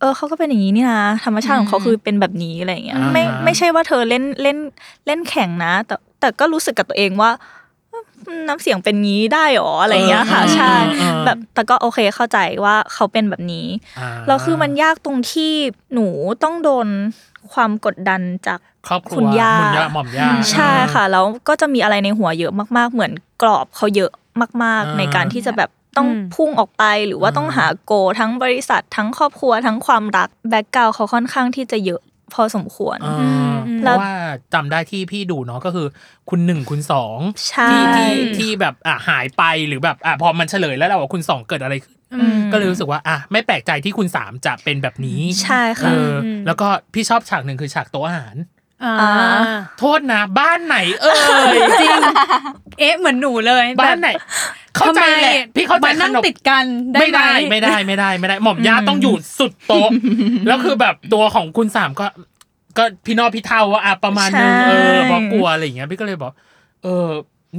เออเขาก็เป็นอย่างนี้นี่นะธรรมชาติของเขาคือเป็นแบบนี้อะไรอย่างเงี้ยไม่ไม่ใช่ว่าเธอเล่นเล่นเล่นแข่งนะ แต่แต่ก็รู้สึกกับตัวเองว่าอืมน้ำเสียงเป็นงี้ได้หรออะไรอย่างเงี้ยค่ะใช่แบบแต่ก็โอเคเข้าใจว่าเขาเป็นแบบนี้ อ่า แล้วคือมันยากตรงที่หนูต้องโดนความกดดันจาก ครอบครัว คุณย่า คุณย่าหม่อมย่า ใช่ค่ะแล้วก็จะมีอะไรในหัวเยอะมาก ๆ เหมือนกรอบเขาเยอะมาก อ่า ๆ ในการที่จะแบบต้องพุ่งออกไปหรือว่าต้องหาโกลทั้งบริษัท ทั้งครอบครัวทั้งความรักแบ็กกราวเขาค่อนข้างที่จะเยอะพอสมควร าเพ แล้ว ราะว่าจำได้ที่พี่ดูเนาะก็คือ คุณหนึ่งคุณสอง ใช่ ที่ที่ที่แบบอ่ะหายไปหรือแบบอ่ะพอมันเฉลยแล้วเราว่าคุณสองเกิดอะไรขึ้น อืม ก็เลยรู้สึกว่าอ่ะไม่แปลกใจที่คุณสามจะเป็นแบบนี้ ใช่ เอ ค่ะ ออ ม แล้วก็พี่ชอบฉากหนึ่งคือฉากโต๊ะอาหาร อ่า อ่า โทษนะ บ้านไหน เอ่ย จริงเอ๊ะเหมือนหนูเลย บ้านไหน เข้าใจแหละ ทำไม พี่เข้าใจ มันนั่ง ขม ติดกันได้ ไม่ได้ ห ไม่ได้ไม่ได้ไม่ได้หม่อมย่าต้องอยู่สุดโต๊ะแล้วคือแบบตัวของคุณสามก็ ก็พี่นอพี่เท่าว่าอ่ะประมาณนึง ใช่ เออบอกกลัวอะไรอย่างเงี้ยพี่ก็เลยบอก เออ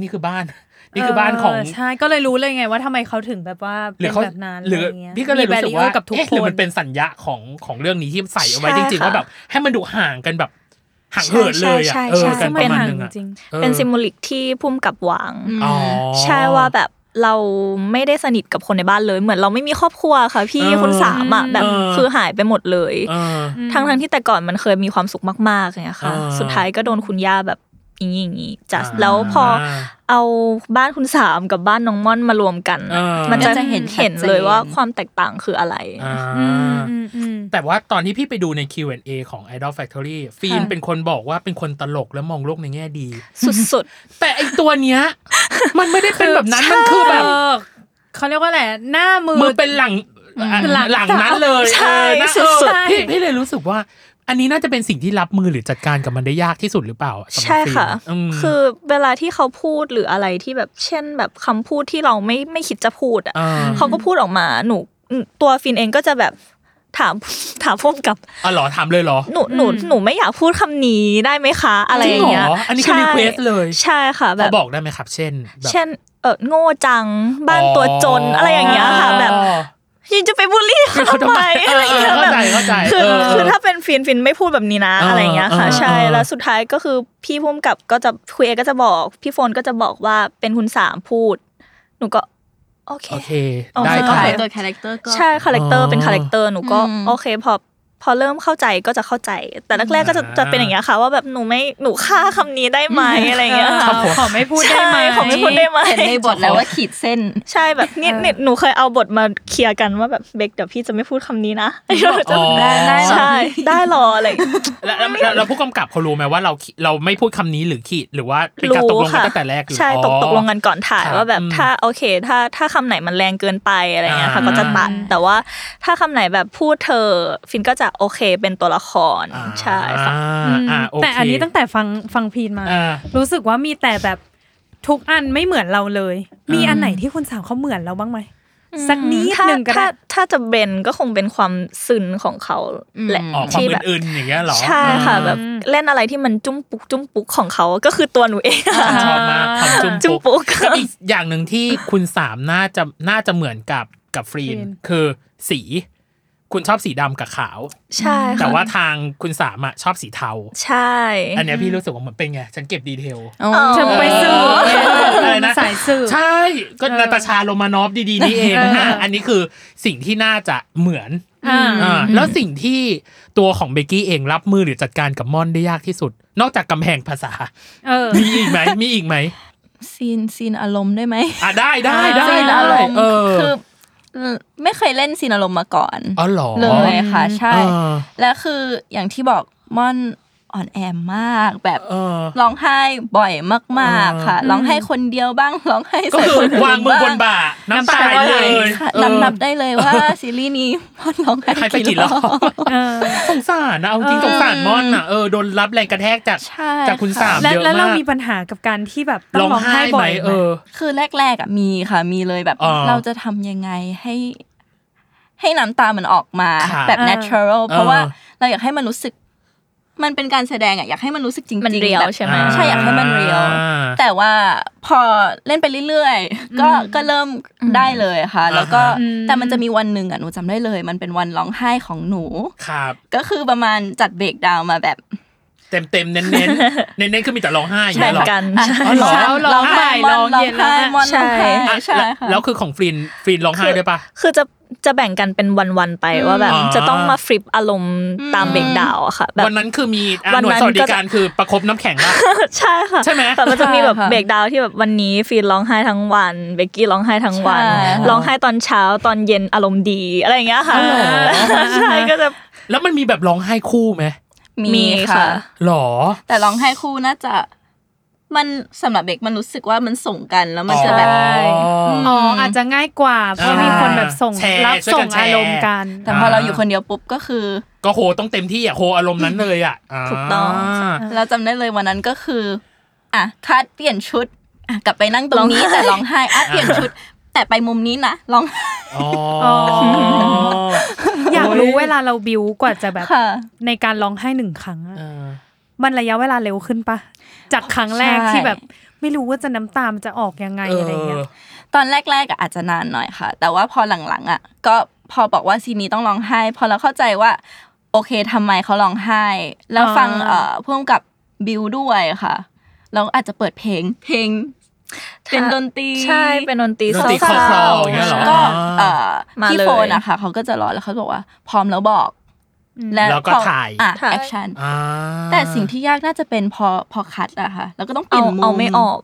นี่คือบ้าน [LAUGHS] นี่คือบ้านของ เใช่ก็เลยรู้เลยไงว่าทำไมเขาถึงแบบว่า หรื เป็ อน เขา แบบนั้น หรือะไร งี้ พี่ก็เลย มี รู้สึก barrier ว่า กับทุก เอ๊ะ ค หรือน มันเป็นสัญญาของของเรื่องนี้ที่ใส่เอาไว้ ใช่ จริงๆ ค่ะ ว่าแบบให้มันดูห่างกันแบบห่างเหินเลยอ่ะ ใช่ เอ ใช่ อ ใช่ กันประมาณนึงอ่ะ เป็นห่างจริง ออ เป็นซิมโบลิกที่พุ่มกับวาง อ๋อ ใช่ว่าแบบเราไม่ได้สนิทกับคนในบ้านเลย เหมือนเราไม่มีครอบครัวค่ะ พี่ เออ คุณสามอ่ะแบบ เออ คือหายไปหมดเลย เออ ทั้งทั้งๆที่แต่ก่อนมันเคยมีความสุขมากๆอย่างเงี้ยค่ะ อ่า สุดท้ายก็โดนคุณย่าแบบอย่างนี้อย่างนี้จัด อ่า แล้วพอเอาบ้านคุณสามกับบ้านน้องม่อนมารวมกัน อ่ามั มันจะ มันจะเห็ เห็ น น ชัดเจน เห็นเลยว่าความแตกต่างคืออะไร อ่า อืมอืมอืม แต่ว่าตอนที่พี่ไปดูใน Q&A ของ Idol Factory ฟิล์ม ค่ะ เป็นคนบอกว่าเป็นคนตลกและมองโลกในแง่ดี สุด แต่ไอตัวเนี้ย [LAUGHS] มันไม่ได้เป็นแบบนั้นมันคือแบบ เออเขาเรียกว่าอะไรหน้ามือ มือเป็นหลังอ่ะ หลัง หลังนั้นเลย ใช่ เออนะเออ สุด ๆ พี่พี่เลยรู้สึกว่า อันนี้น่าจะเป็นสิ่งที่รับมือหรือจัดการกับมันได้ยากที่สุดหรือเปล่าสำหรับ ใช่ค่ะ ฟิล์มอืม คือเวลาที่เขาพูดหรืออะไรที่แบบเช่นแบบคำพูดที่เราไม่ไม่คิดจะพูดอ่ะ อ่า เขาก็พูดออกมาหนูตัวฟินเองก็จะแบบถาม [LAUGHS] ถามพ่วกับ อ๋อเหรอถามเลยเหรอ หนูหนูหนูไม่อยากพูดคำนี้ได้ไหมคะ อะไรอย่างเงี้ย จริงเหรออันนี้คือ request เลย ใช่ค่ะแบ เขา บ บอกได้ไหมครับ เช่นแบบ เช่นเออโง่จังบ้านตัวจนอะไรอย่างเงี้ยค่ะ แบบ อ๋อ ยิงจะไปบูลลี่เขาทำไม เอ อะ อ ไรอย่างเงี้ย เข้า แบบ ใจเข้าใจ คือ เออ คือถ้าเป็นฟินฟินไม่พูดแบบนี้นะ เอออ อะไรอย่างเงี้ยค่ะ เออ ใช่ เออ แล้วสุดท้ายก็คือพี่พุ่มกับก็จะคุยเอก็จะบอก พี่โฟนก็จะบอกว่าเป็นคุณสามพูด หนูก็ โอเค โอเค โอเค ได้ ก็ ค่ะ เป็นตัวคาแรคเตอร์ก็ ใช่คาแรคเตอร์เป็น อ๋อ คาแรคเตอร์หนูก็ อืม โอเคพอพอเริ่มเข้าใจก็จะเข้าใจ แต่แรกๆก็จะ อ่า จะเป็นอย่างเงี้ยค่ะ ว่าแบบหนูไม่หนูฆ่าคำนี้ได้ไหมอะไรอย่างเงี้ยค่ะ ขอไม่พูดได้ไหม ใช่ขอไม่พูดได้ไหม เห็นในบทแล้วว่าขีดเส้น ใช่แบบเนี่ยเนี่ยหนูเคยเอาบทมาเคลียร์กันว่าแบบเบคเดี๋ยวพี่จะไม่พูดคำนี้นะ อ๋อ ได้เหรอ ใช่ได้หรออะไรอย่างเงี้ย แล้วแล้วแล้วแล้วผู้กำกับเขารู้ไหมว่าเราขีเราไม่พูดคำนี้หรือขีดหรือว่าเป็นการตกลงกันตั้งแต่แรกหรือ ใช่ อ๋อ ตกตกลงกันก่อนถ่าย ครับ ว่าแบบ อืม ถ้าโอเค ถ้าถ้าคำไหนมันแรงเกินไปอะไรเงี้ยค่ะ อ่า ก็จะตัดแต่ว่าถ้าคำไหนแบบพูดเธอ ฟินก็จะโอเคเป็นตัวละคร อ่า ใช่ค่ะ อ่าโเค แต่อันนี้ตั้งแต่ฟังฟังพีนมา อ่า รู้สึกว่ามีแต่แบบทุกอันไม่เหมือนเราเลย มีอันไหนที่คุณสาวเขาเหมือนเราบ้างไหม สักนิด ถ้า หนึ่งก็ ถ้า ได้ ถ้าจะเบนก็คงเป็นความซึนของเขาแหละ อ๋อความ ที่แบบ อื่นๆอย่างเงี้ยเหรอ ใช่ค่ะแบบเล่นอะไรที่มันจุ้มปุกจุ้มปุกของเขาก็คือตัวหนูเองอะ อ่าชอบมากความจุ่ม จุ่มปุ๊ก แล้วอีกอย่างหนึ่งที่คุณสามน่าจะน่าจะเหมือนกับกับฟรีน ฟรีน คือสี คุณชอบสีดำกับขาว ใช่ค่ะ แต่ว่าทางคุณสามอะชอบสีเทา ใช่ อันเนี้ยพี่รู้สึกว่าเหมือนเป็นไงฉันเก็บดีเทล เธอไปสืบ อะไรนะ สายสืบ ใช่ก็ เออ นาตาชาโรมานอฟดีๆนี่เอง เอออ่ ะอันนี้คือสิ่งที่น่าจะเหมือน อ่า อ่าแล้วสิ่งที่ตัวของเบกกี้เองรับมือหรือจัดการกับมอนได้ยากที่สุด นอกจากกำแพงภาษา เออ มีอีกไหมมีอีกไหม ซีนซีนอารมณ์ได้ไหม อ่ะได้ได้ได้ ซีน ได้ อารมณ์ เออ คือไม่เคยเล่นซีนอารมณ์มาก่อน อ๋อเหรอ เลยค่ะ ใช่ เออ และคืออย่างที่บอกม่อนอ่อนแอมากแบบ เออ ร้องไห้บ่อยมาก เออ ๆค่ะร้องไห้คนเดียวบ้างร้องไห้ ก็ ใส่ คือ คนอื่น วางมือบน บ้ บ่าน้ำตาไหลเลย ค่ะ เออ นับนับได้เลยว่าซีรีส์นี้ม่อนร้องไห้ ใครไปกี่รอบ เออ สงสารนะเอาจริง เออ สงสารมอนอ่ะเออโดนรับแรงกระแทกจาก ใช่ จากคุณสาม และ เยอะ แล้วเรา มาก มีปัญหากับการที่แบบต้ ร้ อ อง ง ร้อง ไห้ ไห้ ไห บ่ ม อย เออ คือแรกๆอ่ะมีค่ะ มีเลยแบบ อ่า เราจะทำยังไงให้ ให้น้ำตามันออกมา ค่ะ แบบ natural เพราะว่า เออ เราอยากให้มันรู้สึก มันเป็นการแสดงอ่ะอยากให้มันรู้สึกจริงๆ มันเรียว แบบ ใช่ไหม ใช่อยากให้มันเรียว อ่า แต่ว่าพอเล่นไปเรื่อยๆ ก็ก็เริ่มได้เลยค่ะ แล้วก็ อืม แต่มันจะมีวันหนึ่งอ่ะหนูจำได้เลย มันเป็นวันร้องไห้ของหนู ครับ ก็คือประมาณจัดเบรกดาวน์มาแบบ เต็มเต็มๆเน้นเน้น [LAUGHS] ๆเน้นเน้นๆคือมีแต่ร้องไห้อย่าง แบ่ เงี้ยเหงรอ กันใช่ อ๋อเหรอ ใช่ ร้องบ่าย ม่น ร้องเย็น ร้องแล้วนะไห้มอนร้องไห้ อ่ะ ใช่ แล้ว ค่ะ แล้วคือของฟรีนฟรีนร้องไห้ด้วยปะ คือจะจะแบ่งกันเป็นวันๆไปว่าแบบ อ๋อ จะต้องมาฟลิปอารมณ์ตามเบรกดาวน์อะค่ะ แบบ วันนั้นคือมีอ่ะ วัน หน่วย นั้น สวัสดิ ก็จะ การคือประคบน้ำแข็งปะ [LAUGHS] ใช่ค่ะ ใช่ไหม แต่มันจะมีแบบ ใช่ค่ะ เบรกดาวน์ที่แบบวันนี้ฟีนร้องไห้ทั้งวันเบกกี้ร้องไห้ทั้งวัน ใช่ค่ะ ร้องไห้ตอนเช้าตอนเย็นอารมณ์ดีอะไรอย่างเงี้ยค่ะใช่ก็จะ แล้วมันมีแบบร้องไห้คู่ไหม มีค่ะ หรอ แต่ร้องไห้คู่น่าจะ มันสำหรับเบรกมันรู้สึกว่ามันส่งกันแล้วมันจะแบบ อ๋ออาจจะง่ายกว่าเพราะมีคนแบบส่ง แชร์ รับ ช่วย ส่ กั ง นแชร์ อารมณ์กัน แต่พอเราอยู่คนเดียวปุ๊บก็คือ ก็โหต้องเต็มที่อ่ะโหอารมณ์นั้นเลยอ่ะ ถูกต้อง า เราจำได้เลยวันนั้นก็คือ อ่ะคัดเปลี่ยนชุด อ่ะกลับไปนั่งตร ร้ ง อง นี้ ไห้ แต่ร้องไห้อ่ะเปลี่ยนชุด แต่ไปมุมนี้นะร้องไห้ อ๋อ อ๋อ อยากรู้เวลาเราบิวกว่าจะแบบ ค่ะ ในการร้องไห้หนึ่งครั้งอะ เออ มันระยะเวลาเร็วขึ้นปะจากครั้งแรก ใช่ ที่แบบ ไม่รู้ว่าจะน้ำตามนจะออกยังไงอะไรเงี้ย ตอนแรกๆอ่ะอาจจะนานหน่อยค่ะ แต่ว่าพอหลังๆอ่ะก็พอบอกว่าซีนนี้ต้องร้องไห้ พอเราเข้าใจว่า โอเคทำไมเขาร้องไห้ แล้วฟัง อ่า เอ่อพ่วงกับบิวด้วยค่ะเราอาจจะเปิดเพลง เพลง เป็นดนตรี ใช่เป็นดนตรี ดนตรี เศร้า คลอๆ ๆ อย่างเงี้ยเหรอ ก็เอ่อ มา ที่ เลย โฟนอะค่ะเขาก็จะรอแล้วเขาบอกว่า พร้อมแล้วบอก แล้วก็ พอ ถ่าย อ่ะ ถ่าย แอคชั่น อ่า แต่สิ่งที่ยากน่าจะเป็นพอพอคัดอะค่ะ แล้วก็ต้องเป เอา ลี่ยนมุม เอาไม่ออก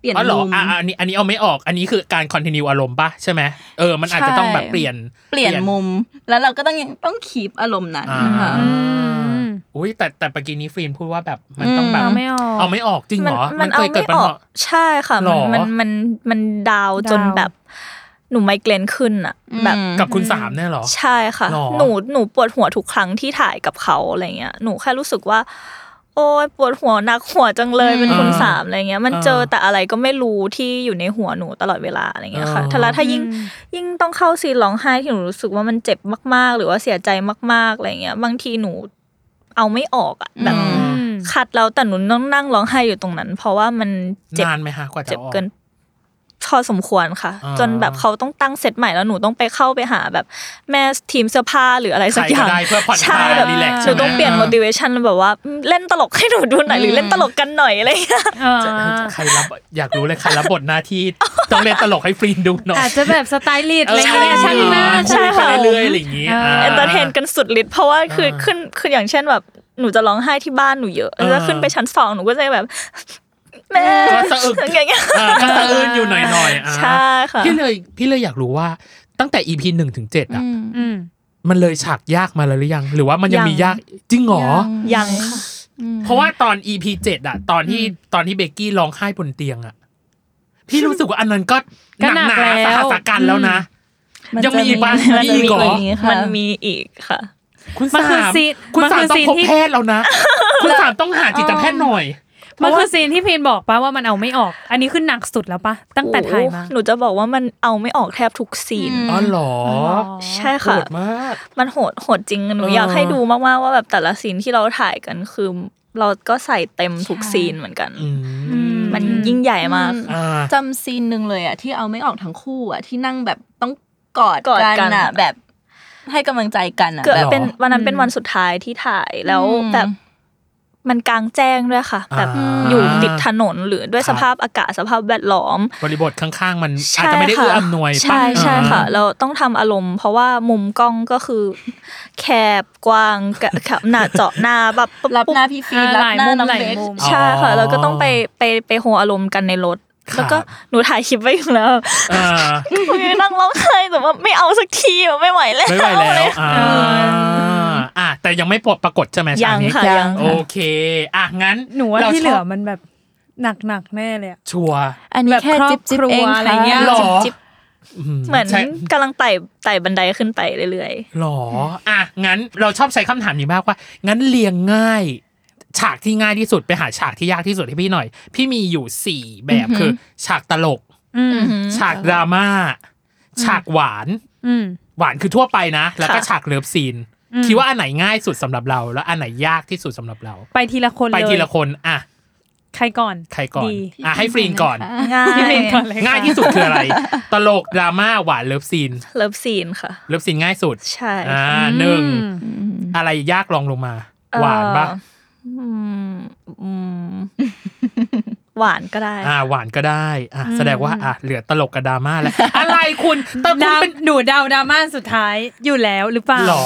เปลี่ยน อ๋อเหรอ มุม อ่ะอ่ะอันนี้อันนี้เอาไม่ออก อันนี้คือการคอนติเนียอารมณ์ป่ะใช่ไหมเออ มันอาจจะต้องแบบ ใช่ เปลี่ยน เปลี่ยนมุม แล้วเราก็ต้องยังต้องคีบอารมณ์นั้น อ่า ค่ะ ม อุ้ยแต่แต่ปกี้นี้ฟิล์มพูดว่าแบบมันต้องแบบ เอาไม่ออก เอาไม่ออกจริงเหรอ มันเอา คย ไม่ ดปัญ ออ หา กใช่ค่ะ มัน หรอ มันมันมันดาวจน ดาว แบบ หนู นูไมเกรนขึ้นอะแบบ กับคุณสามเนี่ยเหรอ ใช่ค่ะ หรอ หนูหนูปวดหัวทุกครั้งที่ถ่ายกับเขาอะไรเงี้ยหนูแค่รู้สึกว่า โอ้ยปวดหัวหนักหัวจังเลยเป็นคน อ่า สามอะไรเงี้ย มัน อ่า เจอแต่อะไรก็ไม่รู้ที่อยู่ในหัวหนูตลอดเวลาอะไรเงี้ยค่ะ อ่า ถ้าแล้วถ้ายิ่งยิ่งต้องเข้าซีนร้องไห้ที่หนูรู้สึกว่ามันเจ็บมาก ๆ หรือว่าเสียใจมากๆอะไรเงี้ย บางทีหนูเอาไม่ออกอะแบบ อืม อืม คัดแล้วแต่หนูต้องนั่งร้องไห้อยู่ตรงนั้น เพราะว่ามันเจ็บ นานไหมฮะกว่าจะ เจ็บ ออก เกินพอสมควรค่ะ อ่า จนแบบเขาต้องตั้งเซตใหม่แล้วหนูต้องไปเข้าไปหาแบบแม่ทีมเสื้อผ้าหรืออะไรสัก ใคร อย่า ก็ ง ได้เพื่อผ่อนค ใช่ ลาย แบบ รีแลกซ์ หนูต้องเปลี่ยน motivation แบบว่าเล่นตลกให้หนูดูหน่อยหรือเล่นตลกกันหน่อยอะไรอย่างเงี้ย อ่า ใครรับอยากรู้เลยใครรั [LAUGHS] บบทหน้าที่ ต้องเล่นตลกให้ฟรีนดูหน่อย อาจจะแบบสไตลิสต์อะไรอย่างเงี้ยช่างหน้า ใช่ ช่างผ ไป ม เรื่อยๆอะไรอย่างงี้ เอออ่ า เอนเตอร์เทนกันสุดฤทธิ์เพราะว่าคือ อ่า ขึ้นคืออย่างเช่นแบบหนูจะร้องไห้ที่บ้านหนูเยอะแล้ว อ่า ขึ้นไปชั้นสองหนูก็จะแบบ แม่ ก็สะอึก อย่างเงี้ย อ่าก็สะอื้นอยู่หน่อยๆอ่า ใช่ค่ะ พี่เลยพี่เลยอยากรู้ว่าตั้งแต่ EP หนึ่งถึงเจ็ดอ่ะ อืม มันเลยฉากยากมาแล้วหรือยัง หรือว่ามันยัง ยัง มียากจริงเหรอ ยังค่ะ เพราะว่าตอน EP เจ็ดอะตอนที่ตอนที่เบกกี้ร้องไห้บนเตียงอะพี่รู้สึกว่าอันนั้นก็ห ก็ นักหนา หนักแล้ว สาหัสสากันแล้วนะ น ยังมีอีกปะ มัน มี จะ อีกเหรอ กว่านี้ค่ะ มันมีอีกค่ะ คุณ มัน สา คือ ม ซีน คุณ มัน สา คือมต้อ ซี ง น พบ ที่ แพทย์แล้วนะ คุณสามต้องหาจิตแพทย์หน่อย มันคือซีนที่พีนบอกปะว่ามันเอาไม่ออก อันนี้คือหนักสุดแล้วปะตั้งแต่ถ่ายมา โอ้โหหนูจะบอกว่ามันเอาไม่ออกแทบทุกซีน อืม อ๋อเหรอ ใช่ โห ค่ะ ดมาก มันโหดโหดจริงหนู เออ อ อ ยากให้ดูมากๆว่าแบบแต่ละซีนที่เราถ่ายกันคือ เราก็ใส่เต็มทุกซีนเหมือนกัน อืม ม มันยิ่งใหญ่มาก อ่า จำซีนหนึ่งเลยอ่ะที่เอาไม่ออกทั้งคู่อ่ะที่นั่งแบบต้องกอด กอดกั กัน นอ่ะแบบให้กำลังใจกันอ่ะ เกือบ หร แบบ เป็นวันนั้น อืม เป็นวันสุดท้ายที่ถ่ายแล้ว อืม แบบมันกลางแจ้งด้วยค่ะ แบบ อ่า อยู่ติดถนนหรือด้วย ครับ สภาพอากาศสภาพแวดล้อม บริบทข้างๆ มันอาจ ใช่ จะไม่ได้ ค่ เอื้ออำนวยปะ ใช่ใช่ค่ะ อ่า เราต้องทำอารมณ์ เพราะว่ามุมกล้องก็คือ แคบกว้างกะแคบหน้าเจาะหน้าแบบปุ๊บ รับ ปุ๊บ หน้าพี่ฟีน อ่า รับ หลาย หน้า มุม น้อง หลาย เบส มุม ใช่ค่ะ อ๋อ เราก็ต้องไปไปไปโฮอารมณ์กันในรถ ครับ แล้วก็หนูถ่ายคลิปไว้อยู่แล้ว อ่า หนูยังนั่งร้องไห้แต่ว่าไม่เอาสักทีแบบไม่ไหวแล้ว ไม่ไหว อะร แล้วอ่า เออ อ่าแต่ยังไม่ปลดปรากฏใช่ไหม ยัฉากงนี้ ค่ะยัง โอเคอ่ะงั้น หนูว่าที่เหลือ ราชบ มันแบบหนักหนักๆแน่เลยอะ ชัวร์ อันนี้ แบบ แค่ ครอบ จิบจิบ ครัว เอง อะไร ค่ะ เงี้ย หรอ จิบ เหมือน ใช่ กำลังไต่ไต่บันไดขึ้นไปเรื่อย หรออ่ะงั้นเราชอบใช้คำถามนี้มากว่า งั้นเรียงง่าย ฉากที่ง่ายที่สุดไปหาฉากที่ยากที่สุดให้พี่หน่อย พี่มีอยู่สี่แบบ อือหือ คือ ฉากตลก อืม ๆอืม ฉากดราม่าฉากหวาน อืม หวานคือทั่วไปนะ แล้วก็ ค่ะ ฉากเลิฟซีน อืม คิดว่าอันไหนง่ายสุดสำหรับเรา แล้วอันไหนยากที่สุดสำหรับเรา ไปทีละคน ไป เลย ทีละคนอ่ะ ใครก่อน ใครก่อน ดี อ่ะให้ฟรีนก่อน ง่าย พี่พีนก่อนเลย ง่ายที่สุดคืออะไร ตลกดราม่าหวานเลิฟซีน เลิฟซีนค่ะ เลิฟซีนง่ายสุด ใช่ อ่าหนึ่ง อืม อะไรยากรองลงมา หวานปะ เอ่ออืมหวานก็ได้ อ่าหวานก็ได้อ่ะแสดงว่าอ่ะเหลือตลกกับดราม่าแล้ว อะไรคุณตล ดาก ว เป็น หนูดาวดราม่าสุดท้ายอยู่แล้วหรือเปล่า หรอ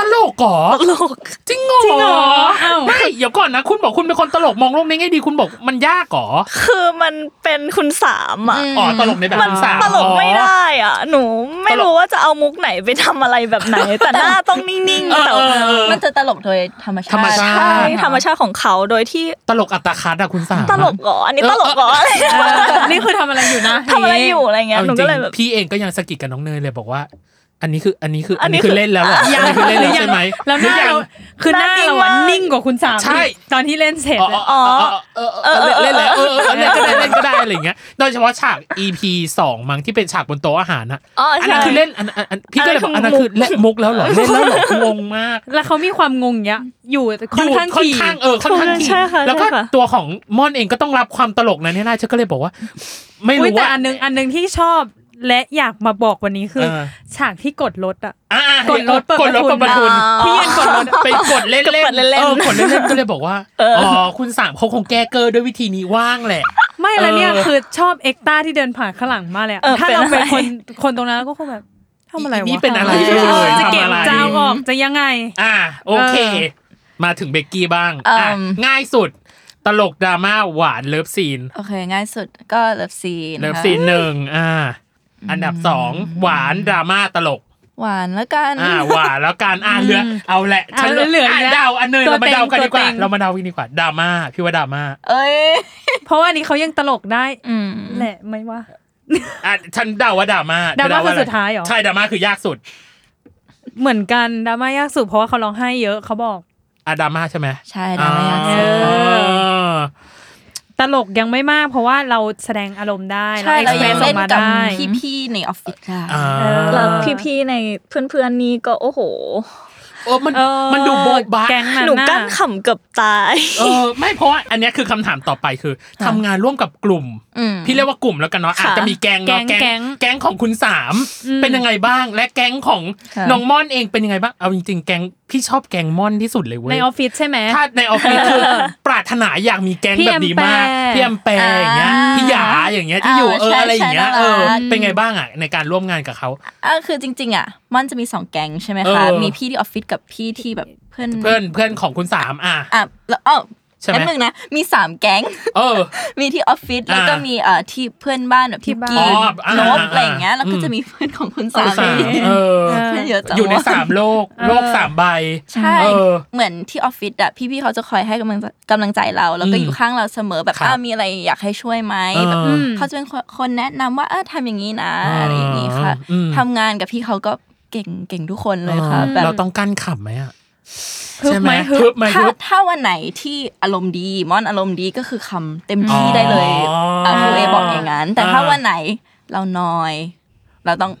ตลกเหรอ โลก จริงเหร จริงเหรอ อ เอ้า ไม่เดี๋ยวก่อนนะ คุณบอกคุณเป็นคนตลกมองโลกในแง่ดีคุณบอกมันยากเหรอ คือมันเป็นคุณสามอ่ะ อ๋อตลกในแบบ มัน คุณสาม ตลกไม่ อ๋อ ได้อ่ะ หนูไม่ ตลก รู้ว่าจะเอามุกไหนไปทำอะไรแบบ [LAUGHS] ไหน แต่หน้าต้องนิ่ง เอ ๆ อ แต่ เออเออ มันจะตลกโดยธรรมชาติ ธรรมชาติ ใช่ธรรมชาติของเขาโดยที่ ตลกอัตคัดอะคุณสาม ตลกเหรออันนี้ตลกเหรออะไร เออนี่คือทำอะไรอยู่นะ ทำอะไรอยู่อะไรเงี้ย เอาจ หนู ริง ก็เลยแบบ พี่เองก็ยังสะกิดกับน้องเนยเลยบอกว่า อันนี้คืออันนี้คืออันนี้ อันนี้คื คือ อเล่นแล้วเหรอ ยั อันนี้คือเล่น หรื แล้ว อยั ใช่ไหม แล้วหน้า รือยั เรา ง คือหน้าเราอะ หน้านิ่งมาก นิ่งกว่าคุณสาม ใช่ ตอนที่เล่นเสร็จ อ๋อ อะ อ๋อเออเออเออเล่นแล้วเออเออเล่นก็ได้เล่นก็ได้อะไรอย่างเงี้ย โดยเฉพาะฉาก EP สองมั้งที่เป็นฉากบนโต๊ะอาหารอะ อ๋อ อัน ใช่ นั้นคือเล่นอันอันอันพี่ก็เลยบอก อั อั น น นั้ นั้น น คื คือ อ มุก เล่นมุกแล้วเหรอเล่นแล้วเหรองงมาก แล้วเขามีความงงเงี้ยอยู่ค่อนข้าง ค่อน ถี่ ข้างเออค่อนข้างที ใช่ค่ะ แล้วก็ ใช่ค่ะ ตัวของม่อนเองก็ต้องรับความตลกนั้นให้ได้ฉันก็เลยบอกว่า ไม่ อุ้ย รู้ แต่ ว่า อันนึงอันนึงที่ชอบและอยากมาบอกวันนี้คือ เออ ฉากที่กดรถอะ อ่ะ กดรถเปิด กดรถเปิด ป ประ ระ ทุ ทุ น น พี่ยันกดรถ ไปกดเล่น กด เล่น เปิดเล่นๆ เออกดเล่นเล่นก็เลยบอกว่าอ๋อคุณสามเขาคงแก้เกอร์ด้วยวิธีนี้ว่างแหละ ไม่แล้วเนี่ย เออ คือชอบเอ็กต้าที่เดินผ่านข้างหลังมากเลยอะ เออ ถ้า เป็น เราเป็น อะไร คนคนตรงนั้นก็คงแบบทำอะไรวะ นี่เป็นอะไร เอ เอ่ อย จะ ทำ เก็บ อะไร จะเอาออกจะยังไง อ่าโอเค เออ มาถึงเบกกี้บ้าง อืม อ่ะง่ายสุด ตลกดราม่าหวานเลิฟซีน โอเค ง่ายสุดก็เลิฟซีน เลิฟ ค่ะ ซีนหนึ่งอ่า อันดับสองหวานดราม่าตลก หวานแล้วกัน อ่าหวานแล้วกันอ่าเหลือเอาแหละ อ่ะเหลืออีกแล้ว ะเดาอันเนย ตัว เรามาเดากัน เต็ง ดีกตัวว่าเต็ง เรามาเดากันดีกว่าดราม่าพี่ว่าดราม่า เอ้ย เพราะว่าอันนี้เขายังตลกได้ อืม แหละไหม่ว่า อ่ะฉันเดาว่าดราม่า ดราม่า เว่ คือสุดท้ายเหรอ ใช่ดราม่าคือยากสุด เหมือนกันดราม่ายากสุดเพราะว่าเขาร้องไห้เยอะเขาบอก อ่ะดราม่าใช่ไหม ใช่ดราม่ายากสุด อ๋อ ตลกยังไม่มากเพราะว่าเราแสดงอารมณ์ได้ ใช่เรา เอ็ก ยั เสองเล่ อน กมา กับ ได้ พี่ๆในออฟฟิศค่ะ อ่า แล้วพี่ๆในเพื่อนๆนี่ก็โอ้โห โอ้มัน เออ มันดูโบ๊ะบะ แก๊งนั้น หนูกั้ น่ะ นขำเกือบตาย เออไม่เพราะว่าอันเนี้ยคือคำถามต่อไปคือทำงานร่วมกับกลุ่ม อืม พี่เรียกว่ากลุ่มแล้วกันเนาะอาจจะมีแก๊งเนาะ แก๊ง แก๊งแก๊งของคุณสาม อืม เป็นยังไงบ้าง และแก๊งของ ค่ะ น้องม่อนเองเป็นยังไงบ้างเอาจริงๆแก๊งพี่ชอบแก๊งม่อนที่สุดเลยเว้ ใน ย ออฟฟิศใช่ไหม ถ้าในออฟฟิศคือปรารถนาอยากมีแก๊ง พี่ แบบนี้มาก แอมแปร์ พี่แอมแปร์อย่างเงี้ย อ่า พี่หยาอย่างเงี้ยที่อยู่ อ่า เออ ใช่ อะไรอย่างเงี้ย ใช่ เออ น่ารัก เป็นไงบ้างอ่ะในการร่วมงานกับเขา อ่ะคือจริงๆอ่ะมันจะมีสองแก๊งใช่ไหมคะ เออ มีพี่ที่ออฟฟิศกับพี่ที่แบบเพื่อน เพื่อนเพื่อนของคุณสามอ่ะ อ่ะแล้วอ้าว ใช่ไห แป๊ ม บนึงนะ มีสามแก๊ง [LAUGHS] เออ มีที่ออฟฟิศแล้วก็ อ่ามี มีเอ่อที่เพื่อนบ้านแบบพี่ ที่ กีน บ้านอ๋ออ่า ลบ อ่า อะไรอย่างเงี้ยแล้วก็ อืม จะมีเพื่อนของคุณ คุ สา ณสา มี มเออ เพื่อนเยอะจัง อยู่ใน วะ สามโลก โลกสามใบ ใช่ เออ เหมือนที่ออฟฟิศอะพี่ๆเขาจะคอยให้กำลังใจกำลังใจเรา แล้วก็ อืม อยู่ข้างเราเสมอแบบ ครับ อ้าวมีอะไรอยากให้ช่วยไหม เออ แบบ อืม เขาจะเป็นคนคนแนะนำว่าเออทำอย่างนี้นะอะไรอย่างนี้ค่ะ อืม ทำงานกับพี่เขาก็เก่งเก่งทุกคนเลยค่ะ เออ แบบ เราต้องกั้นขำไหมอ่ะ ฮึบไหมฮึบ ฮึบไหม ถ้า ฮึบ ถ้าวันไหนที่อารมณ์ดีมอนอารมณ์ดีก็คือคำเต็ม อ๋ ที่ อ ได้เลยอ่ะครูเอบอกอย่างนั้น แต่ถ้า อ่า วันไหนเรานอย เราต้อง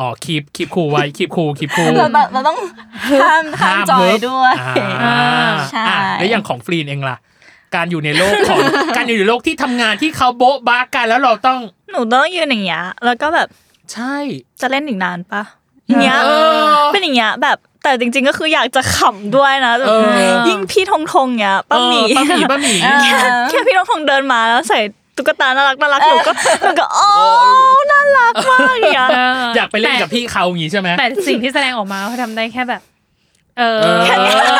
อ๋อคลิปคลิปครูไว้คลิปครูคลิปครู เราต้องเราต้องห้ามห้ามจอยด้วย อ่า ใช่ อ่ะแล้วอย่างของฟรีนเองล่ะ การอยู่ในโลกของ [LAUGHS] การอยู่ในโลกที่ทำงานที่เขาโบ๊ะบ้ากันแล้วเราต้อง หนูต้องยืนอย่างเงี้ยแล้วก็แบบ ใช่ จะเล่นอีกนานปะอย่างเงี้ย เออ เป็นอย่างเงี้ยแบบแต่จริง ๆ ก็คืออยากจะขำด้วยนะแบบ เออ ยิ่งพี่ทงทงเงี้ยป้าหมี เออป้าหมีป้าหมี เออ แค่แค่พี่ทงทงเดินมาแล้วใส่ตุ๊กตาน่ารักน่ารักหนูก็หนูก็โอ้น่ารักมากอย่างเงี้ย เออ อยากไปเล่นกับพี่เขาอย่างงี้ใช่ไหม แต่สิ่งที่แสดงออกมาเขาทำได้แค่แบบ เออ เออ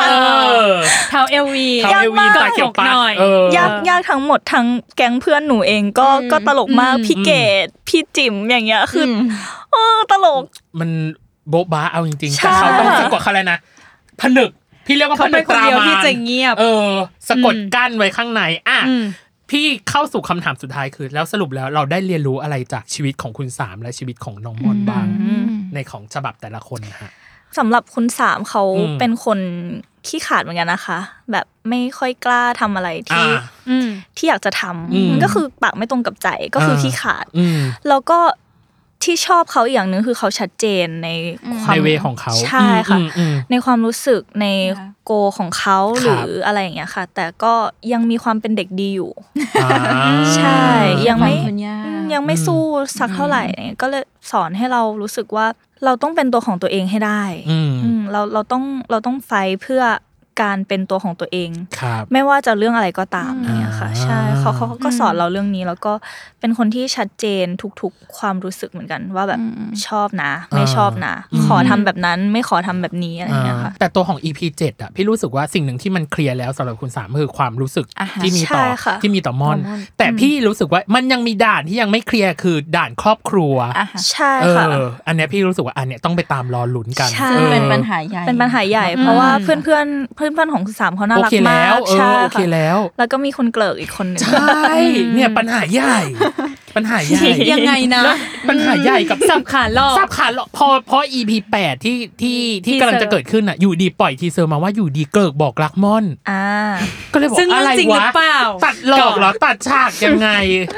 เท้าเอลวี เขาเอวีนตาเขียวปาก หน่อย เออ ยากยากทั้งหมดทั้งแก๊งเพื่อนหนูเองก็ก็ตลกมากพี่เกดพี่จิ๋มอย่างเงี้ยคืออเออตลก มันโบ๊ะบ้าเอาจริงๆ ใช่ แต่เขาต้องสะกดเขาเลยนะผนึก พี่เรียกว่าผ เขา นึ เป็น ก คน ตรา เดียว มา ที่จะ น เงียบ เออ สะกด อืม กั้นไว้ข้างใน อ่ะ อืม พี่เข้าสู่คำถามสุดท้ายคือ แล้วสรุปแล้วเราได้เรียนรู้อะไรจากชีวิตของคุณสามและชีวิตของน้องมอนบ้าง ในของฉบับแต่ละคนนะฮะ สำหรับคุณสามเขา อืม เป็นคนขี้ขลาดเหมือนกันนะคะ แบบไม่ค่อยกล้าทำอะไร อ่า ที่ อืม ที่อยากจะทำ อืม ก็คือปากไม่ตรงกับใจก็คืออา ขี้ขลาด อืม แล้วก็ที่ชอบเขาอีกอย่างหนึ่งคือเขาชัดเจนในความ ในเวของเขา ใช่ค่ะ อืมอืมอืม ในความรู้สึกใน ค่ะ โกของเขาหรืออะไรอย่างเงี้ยค่ะ แต่ก็ยังมีความเป็นเด็กดีอยู่ อ่า ใช่ยังไม่ คุณย่า อืมยังไม่สู้สักเท่าไหร่เนี่ยก็เลยสอนให้เรารู้สึกว่าเราต้องเป็นตัวของตัวเองให้ได้ อืม อืมเราเราต้องเราต้องไฟท์เพื่อการเป็นตัวของตัวเอง ครับ ไม่ว่าจะเรื่องอะไรก็ตามเนี่ยค่ะ ใช่ อ่า เขาเขาเขาก็สอนเราเรื่องนี้ แล้วก็เป็นคนที่ชัดเจนทุกๆความรู้สึกเหมือนกัน ว่าแบบชอบนะ ไม่ชอบนะ ขอทำแบบนั้นไม่ขอทำแบบนี้อะไรอย่างเงี้ยค่ะ อ่าแต่ตัวของ EP 7อ่ะพี่รู้สึกว่าสิ่งหนึ่งที่มันเคลียร์แล้วสำหรับคุณสามคือความรู้สึก อ่าฮะ ที่มีต่อ ใช่ค่ะ ที่มีต่อมอน แต่พี่รู้สึกว่ามันยังมีด่านที่ยังไม่เคลียร์คือด่านครอบครัว อ่ะค่ะ ใช่ เอ ค่ะ ออันเนี้ยพี่รู้สึกว่าอันเนี้ยต้องไปตามรอลุ้นกัน ใช่ ซึ่ง ออ เป็นปัญหาใหญ่ เป็นปัญหาใหญ่ เพราะว่าเพื่อนเพื่อนๆเพื่อนเพื่อนๆของคุณสามเขาน่า โอ รัก เค มา แล้ ก วเอ ใช่ อโอ ค่ะ เคแล้ว แล้วก็มีคนเกลิกอีกคนหนึ่ง ใช่ เนี่ยปัญหาใหญ่ ปัญหาใหญ่ ยังไงนะ แล้วปัญหาใหญ่กับ สับขาหลอก สับขาหลอกพอพอ EP 8ที่ที่ที่ ทีเซอร์ กำลังจะเกิดขึ้นอ่ะ อยู่ดีปล่อยทีเซอร์มาว่าอยู่ดีเกิกบอกรักม่อน อ่า ก็เลยบอก ซึ่ง อะ เรื่อง ไร จริงหรื วะ อเปล่า ตัดหลอกเหรอตัดฉากยังไง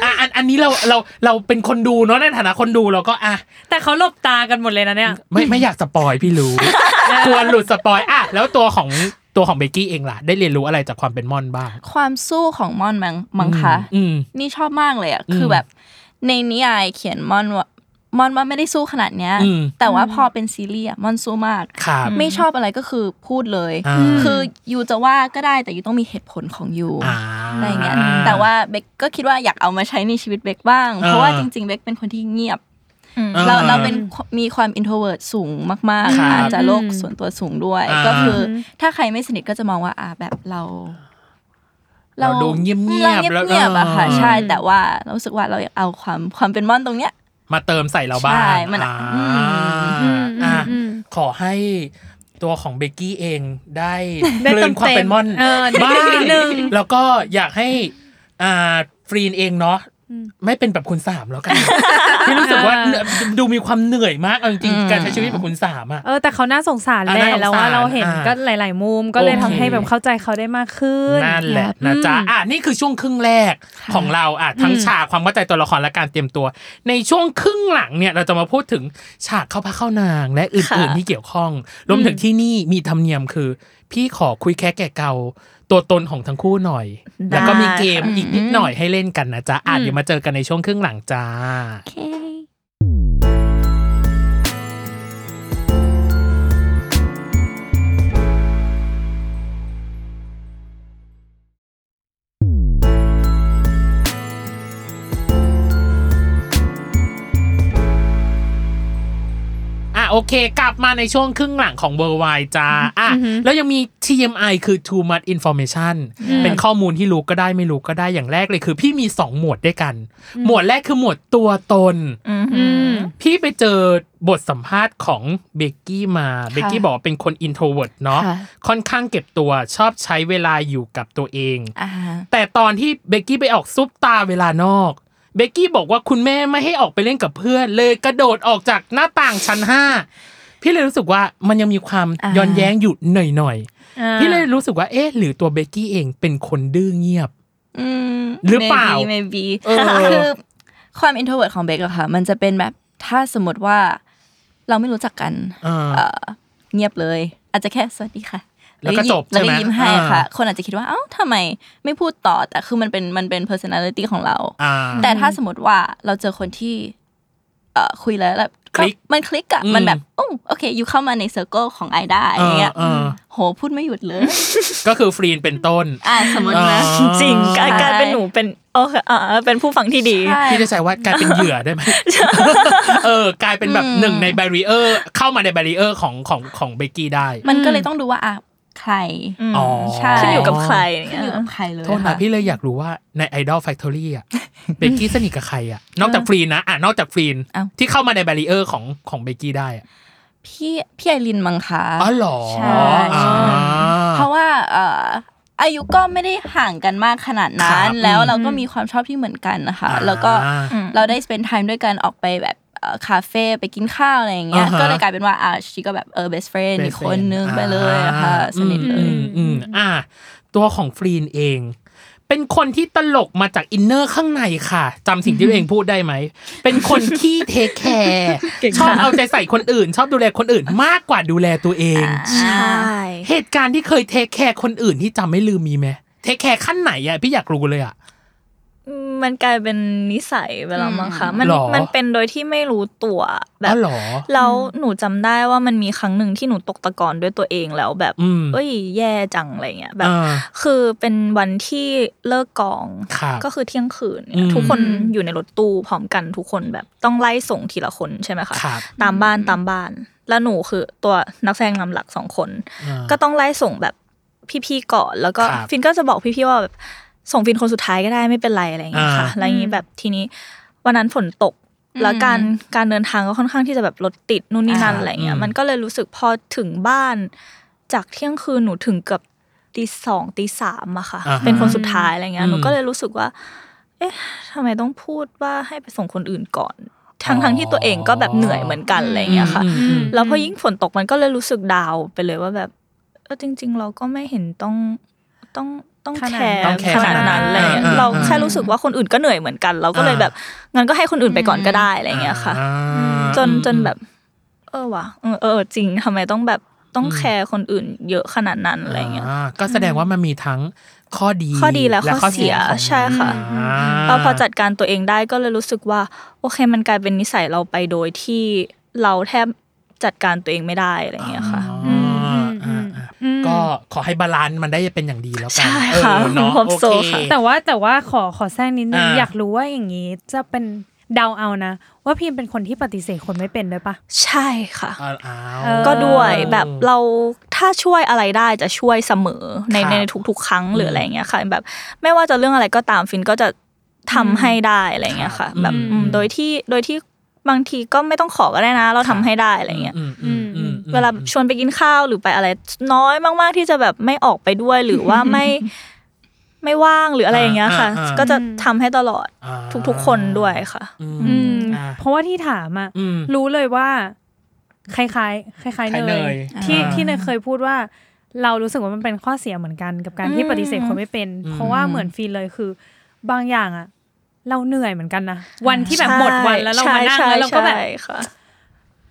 อ่ะอันอันนี้เราเราเราเป็นคนดูเนาะในฐานะคนดูเราก็อ่ะ แต่เขาหลบตากันหมดเลยนะเนี่ย ไม่ไม่อยากสปอยพี่ [LAUGHS] รู้ กลัวหลุดสปอยอ่ะแล้วตัวของตัวของเบกกี้เองล่ะ ได้เรียนรู้อะไรจากความเป็นม่อนบ้าง ความสู้ของม่อนมังมังคะ อืม นี่ชอบมากเลยอ่ะ อืม คือแบบในนิยายเขียนม่อนว่าม่อนว่าไม่ได้สู้ขนาดเนี้ย อืม แต่ว่าพอเป็นซีรีส์อะม่อนสู้มาก ครับ ไม่ชอบอะไรก็คือพูดเลย อ่า คือยูจะว่าก็ได้แต่ยูต้องมีเหตุผลของยู อ่า อะไรเงี้ยแต่ว่าเบกก็คิดว่าอยากเอามาใช้ในชีวิตเบกบ้าง เพราะว่าจริง ๆ เบกเป็นคนที่เงียบ อ่า เราเราเป็นมีความอินโทรเวิร์ตสูงมาก ครับ ๆอาจจะโลกส่วนตัวสูงด้วย อ่า ก็คือ ถ้าใครไม่สนิทก็จะมองว่าอ่าแบบเรา เราดูเงียบๆ เราเงียบ แล้ว เงียบๆอะค่ะ เออ ใช่แต่ว่าเรารู้สึกว่าเราอยากเอาความความเป็นม่อนตรงเนี้ย มาเติมใส่เราบ้าง ใช่มัน อ่า อื ม อ่ะ อืม ขอให้ตัวของเบกกี้เองได้ ได้ กลื เติ น ม ความ เต็ เป็น ม ม่อน เออได้ บ้าง นิดนึง แล้วก็อยากให้อ่าฟรีนเองเนาะ ไม่เป็นแบบคุณสามแล้วกัน [LAUGHS] ที่รู้สึกว่าเหนื่อยดูมีความเหนื่อยมากเอาจริงๆการใช้ชีวิตแบบคุณสามอะ เออแต่เขาน่าสงสาร อ่ะ แหละ น่าสงสาร แล้วว่าเราเห็น อ่ะ ก็หลาย ๆ มุมก็เลย โอเค ทำให้แบบเข้าใจเขาได้มากขึ้น นั่นแหละนะจ๊ะอ่ะนี่คือช่วงครึ่งแรกของเราอ่ะทั้งฉากความเข้าใจตัวละครและการเตรียมตัว ในช่วงครึ่งหลังเนี่ยเราจะมาพูดถึงฉากเข้าพระเข้านางและอื่น ๆ ที่เกี่ยวข้อง รวมถึงที่นี่มีธรรมเนียมคือ พี่ขอคุยแค่แก่เก่าตัวตนของทั้งคู่หน่อย ได้ แล้วก็มีเกมอีกนิดหน่อยให้เล่นกันนะจ๊ะอ่ะเดี๋ยวมาเจอกันในช่วงครึ่งหลังจ้า อ่ะโอเค กลับมาในช่วงครึ่งหลังของเบอร์ไวจ้าอ่ะแล้วยังมี TMI คือ too much information เป็นข้อมูลที่รู้ก็ได้ไม่รู้ก็ได้อย่างแรกเลยคือ พี่มี 2 หมวดด้วยกัน หมวดแรกคือหมวดตัวตน พี่ไปเจอบทสัมภาษณ์ของเบกกี้มาเบกกี้บอกว่าเป็นคน introvert เนาะ ค่ะ ค่อนข้างเก็บตัวชอบใช้เวลาอยู่กับตัวเอง อ่า แต่ตอนที่เบกกี้ไปออกซุปตาเวลานอก เบกกี้บอกว่าคุณแม่ไม่ให้ออกไปเล่นกับเพื่อน เลยกระโดดออกจากหน้าต่างชั้นห้าพี่เลยรู้สึกว่ามันยังมีความ อ่า ย้อนแย้งอยู่หน่อยๆพี่เลยรู้สึกว่าเอ๊ะหรือตัวเบกกี้เองเป็นคนดื้อเงียบ อืม หรือเปล่า maybe maybe เออ คือความ introvert ของเบคอะค่ะ มันจะเป็นแบบถ้าสมมติว่าเราไม่รู้จักกัน อ่า เอ่อเงียบเลย อาจจะแค่สวัสดีค่ะ แล้วก็จบ แล้วก็ ใช่ไหม ยิ้มให้ อ่า ค่ะ คนอาจจะคิดว่าเอ้าทำไมไม่พูดต่อแต่คือมันเป็นมันเป็น personality ของเรา อ่า แต่ถ้าสมมติว่าเราเจอคนที่เอ่อคุยแล้วแบบ คลิก มันคลิกอะ อืม มันแบบโอ้โอเคอยู่เข้ามาในเซอร์เคิลของไอได้อย่างเงี้ย เออ โหพูดไม่หยุดเลย ก็คือฟรีนเป็นต้น อ่าสมมตินะ อ๋อ จริงกลาย ใช่ กลายเป็นหนูเป็นโอเคอ่าเป็นผู้ฟังที่ดี ใช่ พี่จะใช้ว่ากลายเป็นเหยื่อได้ไหม เออกลายเป็นแบบหนึ่งในบรีเออร์เข้ามาในบรีเออร์ของของของเบกกี้ได้ มันก็เลยต้องดูว่าอ่ะใคร อ๋อ ใช่ ขึ้นอยู่กับใครอย่าง ขึ้ เงี้ น ย อยู่กับใครเลย โทษนะ ค่ พี่เลยอยากรู้ว่าใน Idol Factory [LAUGHS] อ่ะ เบกกี้สนิทกับใครอ่ะ นอกจากฟรีนนะอ่ะนอกจากฟรีน เอ้า ที่เข้ามาในบารีเออร์ของของเบกกี้ได้อะ พี่พี่ไอรินมังคะ อ๋อเหรอ ใช่ อ่า เพราะว่าเอ่ออายุก็ไม่ได้ห่างกันมากขนาด ครั นั้น บ แล้วเราก็มีความชอบที่เหมือนกันนะคะ อ่า แล้วก็เราได้สเปนไทม์ด้วยกันออกไปแบบเอ่อคาเฟ่ไปกินข้าวอะไรอย่างเงี้ย อ่าฮะ ก็เลยกลายเป็นว่าอ่าชีก็แบบเออ best friend best อีกคนนึง friend ไปเลยอะค่ะ อ่า สนิทเล อื ย มอืมอ่ะตัวของฟรีนเอง เป็นคนที่ตลกมาจากอินเนอร์ข้างในค่ะจำสิ่งที่ตัวเองพูดได้ไหม เป็นคนที่เทคแคร์ชอบเอาใจใส่คนอื่น ชอบดูแลคนอื่นมากกว่าดูแลตัวเอง ใช่ เหตุการณ์ที่เคยเทคแคร์คนอื่นที่จำไม่ลืมมีไหมเทคแคร์ขั้นไหนอ่ะพี่อยากรู้เลยอ่ะ มันกลายเป็นนิสัยไปแล้วมั้งคะมัน หรอ มันเป็นโดยที่ไม่รู้ตัวแบ อ๋ บ อเหรอ แล้วหนูจำได้ว่ามันมีครั้งหนึ่งที่หนูตกตะกอนด้วยตัวเองแล้วแบบ อืม เอ้ยแย่จังอะไรเงี้ยแบบ อ่า คือเป็นวันที่เลิกกอง ครับ ก็คือเที่ยงคืนเนี่ อื ย ม ทุกคนอยู่ในรถตู้พร้อมกันทุกคนแบบต้องไล่ส่งทีละคนใช่ไหมคะ ครับ ตามบ้านตามบ้าน แล้วหนูคือตัวนักแสดงนำหลักสองคน อ่า ก็ต้องไล่ส่งแบบพี่ๆก่อนแล้วก็ ครับ ฟินก็จะบอกพี่ๆว่าแบบส่งฟินคนสุดท้ายก็ได้ไม่เป็นไรอะไรอย่างเงี้ยค่ะ อ่า แล้วอย่างงี้แบบทีนี้วันนั้นฝนตก แล้วการการเดินทางก็ค่อนข้างที่จะแบบรถติดนู่นนี่นั่น อ่า อะไรเงี้ยมันก็เลยรู้สึกพอถึงบ้าน จากเที่ยงคืนหนูถึงเกับตีสองตีสามอะค่ะ อ่าฮะ เป็นคนสุดท้ายอะไรเงี้ อื ย ม หนูก็เลยรู้สึกว่า เอ๊ะทำไมต้องพูดว่าให้ไปส่งคนอื่นก่อน ทั้ง อ๋อ ทั้งที่ตัวเองก็แบบเหนื่อยเหมือนกันอะไรเงี้ยค่ะ อืมอืม แล้วพอยิ่งฝนตกมันก็เลยรู้สึกดาวน์ไปเลยว่าแบบเออจริง ๆ เราก็ไม่เห็นต้องต้องต้อง ข แค นาด ร์ ต้องแคร์ ขนาดขนาดนั้นนั้น อะไรเงี้ย อ่า เรา อ่า แค่รู้สึกว่าคนอื่นก็เหนื่อยเหมือนกัน เราก็เลย อ่า แบบงั้นก็ให้คนอื่นไปก่อนก็ได้อะไรเงี้ยค่ะ อ่า จนจนแบบ เออว่ะเออเออจริงทำไมต้องแบบต้อง อืม แคร์คนอื่นเยอะขนาดนั้นอะไรเงี้ย อ่าก็แสดงว่ามันมีทั้งข้อดี ข้อดีและข้อเสีย ของ ใช่ค่ะ อ่า เราพอจัดการตัวเองได้ก็เลยรู้สึกว่า โอเคมันกลายเป็นนิสัยเราไปโดยที่เราแทบจัดการตัวเองไม่ได้อะไรเงี้ยค่ะ อ๋ออ่าอ่าก็ขอให้บาลานซ์มันได้เป็นอย่างดีแล้วกัน ใช่ค่ะ เออเนาะ ผม โอ โซ เค ค่ะ แต่ว่าแต่ว่าขอขอแทรกนิดนึง อ่า อยากรู้ว่าอย่างนี้จะเป็นเดาเอานะ ว่าพีมเป็นคนที่ปฏิเสธคนไม่เป็นด้วยปะ ใช่ค่ะ เอาเอา เออ ก็ด้วยแบบเราถ้าช่วยอะไรได้จะช่วยเสมอใน ครับ ในทุกๆ ครั้งหรือ ม อะไรเงี้ยค่ะ แบบไม่ว่าจะเรื่องอะไรก็ตามฟินก็จะทำให้ได้อะไรเงี้ยค่ะ ครับ แบบ อืม อืมโดยที่โดยที่บางทีก็ไม่ต้องขอก็ได้นะ เราทำให้ได้อะไรเงี้ย มอืมอืมอืม เวลาชวนไป [LAUGHS] กินข้าวหรือไปอะไร น้อยมาก ๆ ที่จะแบบไม่ออกไปด้วยหรือว่าไม่ ไม่ว่างหรืออะไรอย่างเงี้ยค่ะ อ่าอ่า ก็จะทำให้ตลอด อ่า ทุกๆคนด้วยค่ะ อืม อืม อ่า เพราะว่าที่ถามอ่ะ อืม รู้เลยว่า คล้ายๆคล้ายๆ คล้ายๆ เน เน ย ย ที่ อ่า ที่เนยเคยพูดว่า เรารู้สึกว่ามันเป็นข้อเสียเหมือนกันกับการที่ อืม ปฏิเสธคนไม่เป็น อืม เพราะว่าเหมือนฟีนเลยคือ บางอย่างอ่ะ เราเหนื่อยเหมือนกันนะวันที่แบบหมดวันแล้วเรามานั่ง ใช่ แล้วเราก็แบบ ใช่ค่ะ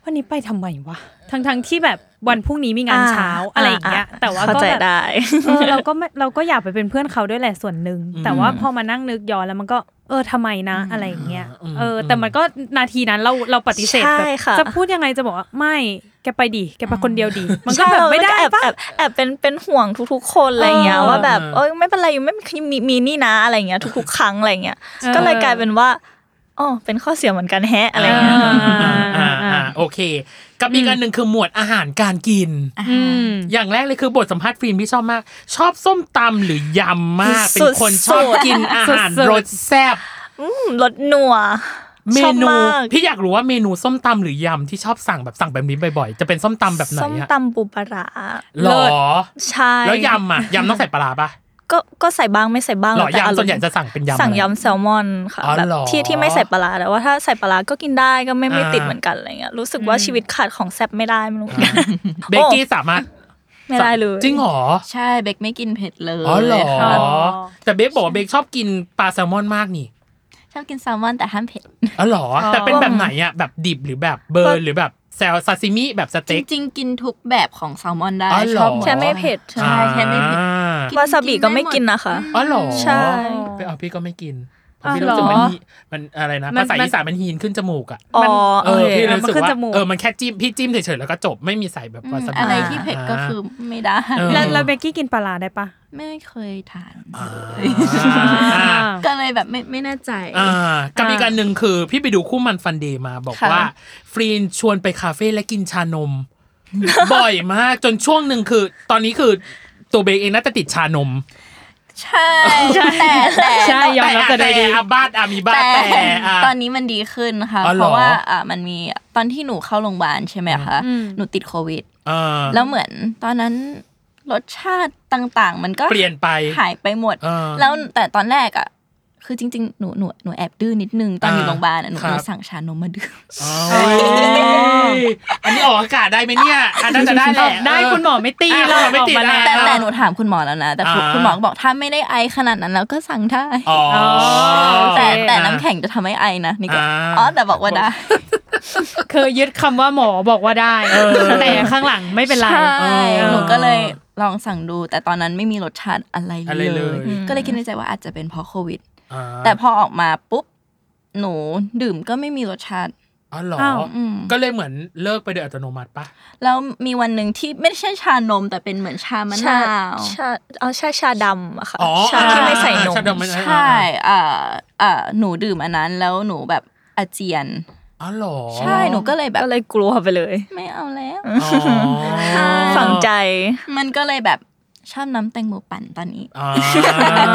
วันนี้ไปทำไมวะทั้งทั้งๆที่แบบวันพรุ่งนี้มีงานเช้าอะไรอย่างเงี้ย แต่ว่า เข้า ก็ ใจ แบบ ได้ เออเราก็ไม่เราก็อยากไปเป็นเพื่อนเขาด้วยแหละส่วนหนึ่ง แต่ว่าพอมานั่งนึกย้อนแล้วมันก็เออทำไมนะอะไรอย่างเงี้ย อืม เออ แต่มันก็นาทีนั้นเราเราปฏิเสธ ใช่ แบบ ค่ะ จะพูดยังไงจะบอกว่าไม่แกไปดิแกไปคนเดียวดิมันก็ ใช่ แบบ เรา ไม่ได้ แอบ ปะ แอบแอบเป็นเป็นห่วงทุกๆ คนอะไรเงี้ย เออ ว่าแบบ เออ เอ้ยไม่เป็นไรอยู่ไม่มีมีนี่นะอะไรเงี้ยทุกๆ ครั้งอะไรเงี้ย เออ ก็เลยกลายเป็นว่าอ๋อเป็นข้อเสียเหมือนกันแฮะอะไร ย่า เงี้ย อ่าอ่า อ่า อ่า อ่าโอเค กับอีกอันหนึ่งคือหมวดอาหารการกิน อืม อย่างแรกเลยคือบทสัมภาษณ์ฟิล์มที่ชอบมาก ชอบส้มตำหรือยำมาก เป็นคนชอบ สุดๆ กินอาหาร สุดๆ รสแซ่บ อืมรสนัว เม ชอบ นู มาก พี่อยากรู้ว่าเมนูส้มตำหรือยำที่ชอบสั่งแบบสั่งแบบนี้บ่อยๆ จะเป็นส้มตำแบบไหน ส้ม อะ ตำปูปลาร้า หรอ ใช่ แล้วยำอะยำต้องใส่ปลาร้าปะ ก็ก็ใส่บ้างไม่ใส่บ้าง หรอ แล้วแต่อารยำมณ์ ส่วนใหญ่จะสั่งเป็นยำ สั่ง อะไร ยำแซลมอนค่ะ อ๋อ แบบ เหรอ ที่ที่ไม่ใส่ปลาร้าแต่ว่าถ้าใส่ปลาร้าก็กินได้ก็ไม่ไม่ อ่า ติดเหมือนกันอะไรเงี้ยรู้สึกว่าชีวิตขาดของแซ่บไม่ได้ไม่รู้ เบกกี้สามารถ ไม่ได้เลย จริงเหรอ ใช่เบคไม่กินเผ็ดเลย อ๋อเหรอ ค่ะ แต่เบคบอกว่าเบคชอบกินปลาแซลมอนมากนี่ ชอบกินแซลมอนแต่ห้ามเผ็ด อ๋อเหรอ แต่เป็นแบบไหนอะแบบดิบหรือแบบเบอร์นหรือแบบแซลซาซิมิแบบส จ เต็ก ริงๆ กินทุกแบบของแซลมอนได้ อ๋อเหรอ ชอบหด แค่ไม่เผ็ด ใช่แค่ไม่เผ็ด อ่า กิน วาซาบิก็ไม่ กินได้หมด กินนะคะ อ๋อเหรอ ใช่ ไปเอาพี่ก็ไม่กินเพ อ้าวราะพี่รู้สึก เหร มั อน ฮีมันอะไรนะ มัน ภาษา มัน อีสานมันฮีนขึ้นจมูกอ่ะ อ๋อ เอ โอ อ เค พี่ มัน รู้สึก ขึ้น ว่า จมูก เออมันแค่จิ้มพี่จิ้มเฉยๆแล้วก็จบไม่มีใส่แบบ อืม วาซาบิ อะไรที่เผ็ดก็คือไม่ได้ เออ แล้วแล้วเบกกี้กินปลาร้าได้ปะ ไม่เคยทาน อ่า อ่า ก็เลยแบบไม่ไม่แน่ใจ อ่ากับอีกการหนึ่งคือ พี่ไปดูคู่มันฟันเดย์มาบอก ค่ะ ว่า ฟรีนชวนไปคาเฟ่และกินชานม บ่อยมากจนช่วงหนึ่งคือ ตอนนี้คือตัวเบคเองน่าจะติดชานม ใช่แต่แต่ ใช่ยอมรับกันได้ดี แต่อาบ้าอามีบ้า แต่ แต่อ่ะ ตอนนี้มันดีขึ้นค่ะ อ๋อเหรอ เพราะว่าอ่ามันมีตอนที่หนูเข้าโรงพยาบาลใช่ไหมคะ อืม หนูติดโควิด เออ แล้วเหมือนตอนนั้นรสชาติต่างๆ มันก็ เปลี่ยนไป หายไปหมด เออ แล้วแต่ตอนแรกอ่ะ คือจริงๆ หนูหนูหนูแอบดื้อนิดนึงตอนอยู่ อ่า โรงพยาบาลอะหนู ครับ หนูสั่งชานมมาดื่ม เอ้ยอันนี้ออกอากาศได้ไหมเนี่ยอันน่าจะได้แหละ ได้ เ คุณหมอไม่ตี อ่ะ เรา คุณหมอไม่ ออก ตี มา นะ แล้ว แต่แต่หนูถามคุณหมอแล้วนะ แต่คุณ อ่า คุณหมอก็บอกถ้าไม่ได้ไอขนาดนั้นแล้วก็สั่งได้ อ๋อ แต่แต่ อ่ะ น้ำแข็งจะทำให้ไอนะนี่ก็ อ่า อ๋อแต่บอกว่าได้ คือยึดคำว่าหมอบอกว่าได้ เออ แต่ข้างหลังไม่เป็นไร ใช่ เออ หนูก็เลยลองสั่งดู แต่ตอนนั้นไม่มีรสชาติอะไร อะไร เล เลย ย ก็เลยคิดในใจว่าอาจจะเป็นเพราะโควิด อ่า แต่พอออกมาปุ๊บ หนูดื่มก็ไม่มีรสชาติ อ๋อเหรอ อ้าว อืม ก็เลยเหมือนเลิกไปโดยอัตโนมัติปะ แล้วมีวันหนึ่งที่ไม่ใช่ชานม แต่เป็นเหมือนชามะ ชาน าว ชาเอาชาชาดำอะค่ะ อ๋อ ชาที่ไม่ใส่นม ชาดำไม่ ใช่อ่าอ่าหนูดื่มอันนั้น แล้วหนูแบบอาเจียน อ๋อเหรอ ใช่หนูก็เลยแบบ ก็เลยกลัวไปเลย ไม่เอาแล้ว อ๋อ ฝังใจ มันก็เลยแบบชอบน้ำแตงโมปั่นตอนนี้ [LAUGHS] อ่า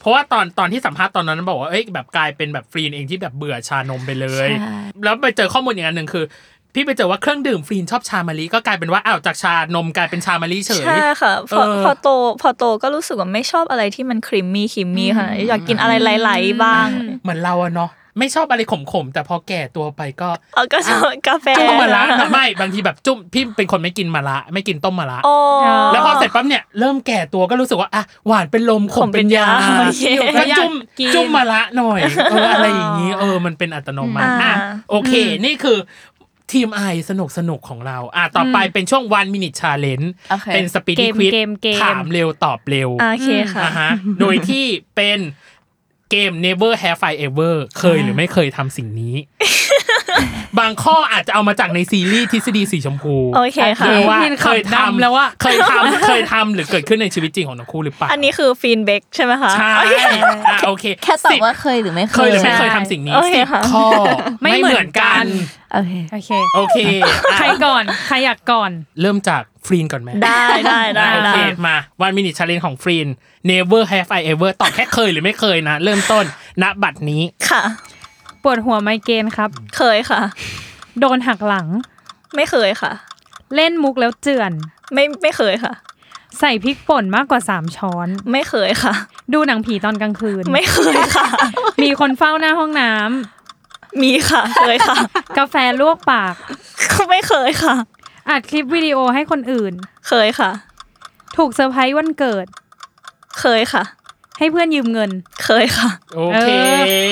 เพราะว่าตอนตอนที่สัมภาษณ์ตอนนั้นบอกว่าเอ้ยแบบกลายเป็นแบบฟรีนเองที่แบบเบื่อชานมไปเลย ใช่ แล้วไปเจอข้อมูลอย่างอันหนึ่งคือ พี่ไปเจอว่าเครื่องดื่มฟรีนชอบชามะลิก็กลายเป็นว่าอ้าวจากชานมกลายเป็นชามะลิเฉย ใช่ค่ะพอ เออ พอโตพอโตก็รู้สึกว่าไม่ชอบอะไรที่มันครีมมี่ครีมมี่ค่ะอยากกินอะไรไหลๆบ้าง เหมือนเราอะเนาะไม่ชอบอะไรขมๆ แต่พอแก่ตัวไปก็ เอาก็ชอบกาแฟ จุ้มมะระไม่บางทีแบบจุ้มพี่เป็นคนไม่กินมะระไม่กินต้มมะระ โอ้ แล้วพอเสร็จปั๊บเนี่ยเริ่มแก่ตัวก็รู้สึกว่าอ่ะหวานเป็นลมขมเป็นยา ขมเป็นยา อยู่ก็จุ้ม กิน จุ้มมะระหน่อยเอออะไรอย่างนี้เออมันเป็นอัตโนมัติ อ่า อ่ะโอเค นี่คือทีมไอสนุกสนุกๆของเราอ่ะต่อไปเป็นช่วงวันมินิชาเลน โอเค เป็นสปีด เกม ควิด เกมเกม ถามเร็วตอบเร็ว โอเคค่ะ อ่าฮะโดยที่เป็นเกม Never Have I Ever เคยหรือไม่เคยทำสิ่งนี้ [LAUGHS] บางข้ออาจจะเอามาจากในซีรีส์ทฤษฎีสีชมพู โอเคค่ะ หรือว่า พี่ เคย ขับนำ ทำ แล้วอะ เคยทำ [LAUGHS] เคยทำหรือเกิดขึ้นในชีวิตจริงของทั้งคู่หรือเปล่า อันนี้คือฟีนเบกใช่ไหมคะ ใช่อ่ะโอเค แค่ตอบ สิบ ว่าเคยหรือไม่เค เค ย ยหรือไม่เคย ใช่ ทำสิ่งนี้ โอเค สิบ ค่ะ ข้อ ไม่ ไม่เหมือนกัน เหมือน โอเค โอเค โอเคอ่ะ ใครก่อนใครอยากก่อน เริ่มจากฟรีนก่อนไหม ได้ได้ได้ โอ ได้ เคมาวันมินิชาเลนของฟรีน Never Have I Ever ตอบแค่เคยหรือไม่เคยนะ เริ่มต้นณบัตรนี้ ค่ะ ปวดหัวไมเกรนครับ เคยค่ะ โดนหักหลัง ไม่เคยค่ะ เล่นมุกแล้วเจือน ไม่ไม่เคยค่ะ ส ใส่พริกป่นมากกว่า 3 ช้อน ไม่เคยค่ะ ดูหนังผีตอนกลางคืน ไม่เค [LAUGHS] ยค่ะ มีคนเฝ้าหน้าห้องน้ำ มีค่ะเคยค่ะ กาแฟลวกปาก ไม่เคยค่ะ อัดคลิปวิดีโอให้คนอื่น เคยค่ะ ถูกเซอร์ไพรส์วันเกิด เคยค่ะ ให้เพื่อนยืมเงิน เคยค่ะ โอเค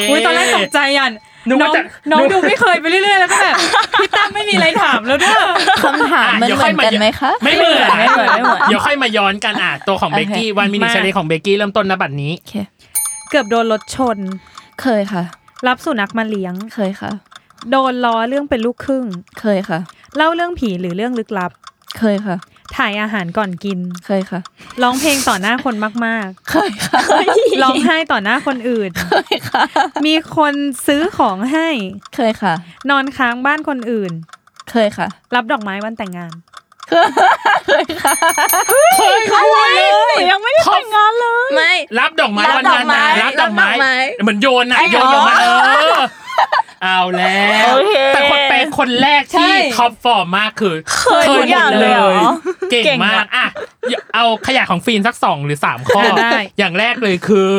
อุ้ยตอนแรกตกใจอ่ะ นึก น้ ว่า [LAUGHS] อง จะ น้องดูไม่เคยไปเรื่อยๆแล้วก็แบบพี่ตั้มไม่มีอะไรถามแล้วด้วย คำถามมัอ่ะนเดี๋ยว เหมือน ค่อยมา กันไหมคะ ไม่เหมือน ไม่เหมือนไม่เหมือน เดี๋ยวค่อยมาย้อนกันอ่ะตัวของเบกกี้วันมินิ มา เชลของเบกกี้เริ่มต้นนบัตรนี้ โอเค เกือบโดนรถชน เคยค่ะ รับสุนัขมาเลี้ยง เคยค่ะ โดนล้อเรื่องเป็นลูกครึ่ง เคยค่ะ เล่าเรื่องผีหรือเรื่องลึกลับ เคยค่ะ ถ่ายอาหารก่อนกิน เคยค่ะ ร้องเพลงต่อหน้าคนมาก เคยค่ะ ๆ ร้องไห้ต่อหน้าคนอื่น มีคนซื้อของให้ เคยค่ะ นอนค้างบ้านคนอื่น เคยค่ะ รับดอกไม้วันแต่งงาน เคยค่ะยังไม่ได้แต่งงานเลย ไม่ รับดอกไม้วันนั้นนะ รั รับบ ด ด อ อก กไม้ ไม้ เหมือนโยนนะ ไอ้ โยน หรอ ออกมาเออ เอาแล้ว โอเค แต่คนเป็นคนแรกที่ ใช่ ท็อปฟอร์มมากคือ เคยทุกอย่างเลยเหรอ เก่ง เก่ง มา อะ กอ่ะเอาขยะของฟีนสักสองหรือสามข้อ ได้ อย่างแรกเลยคือ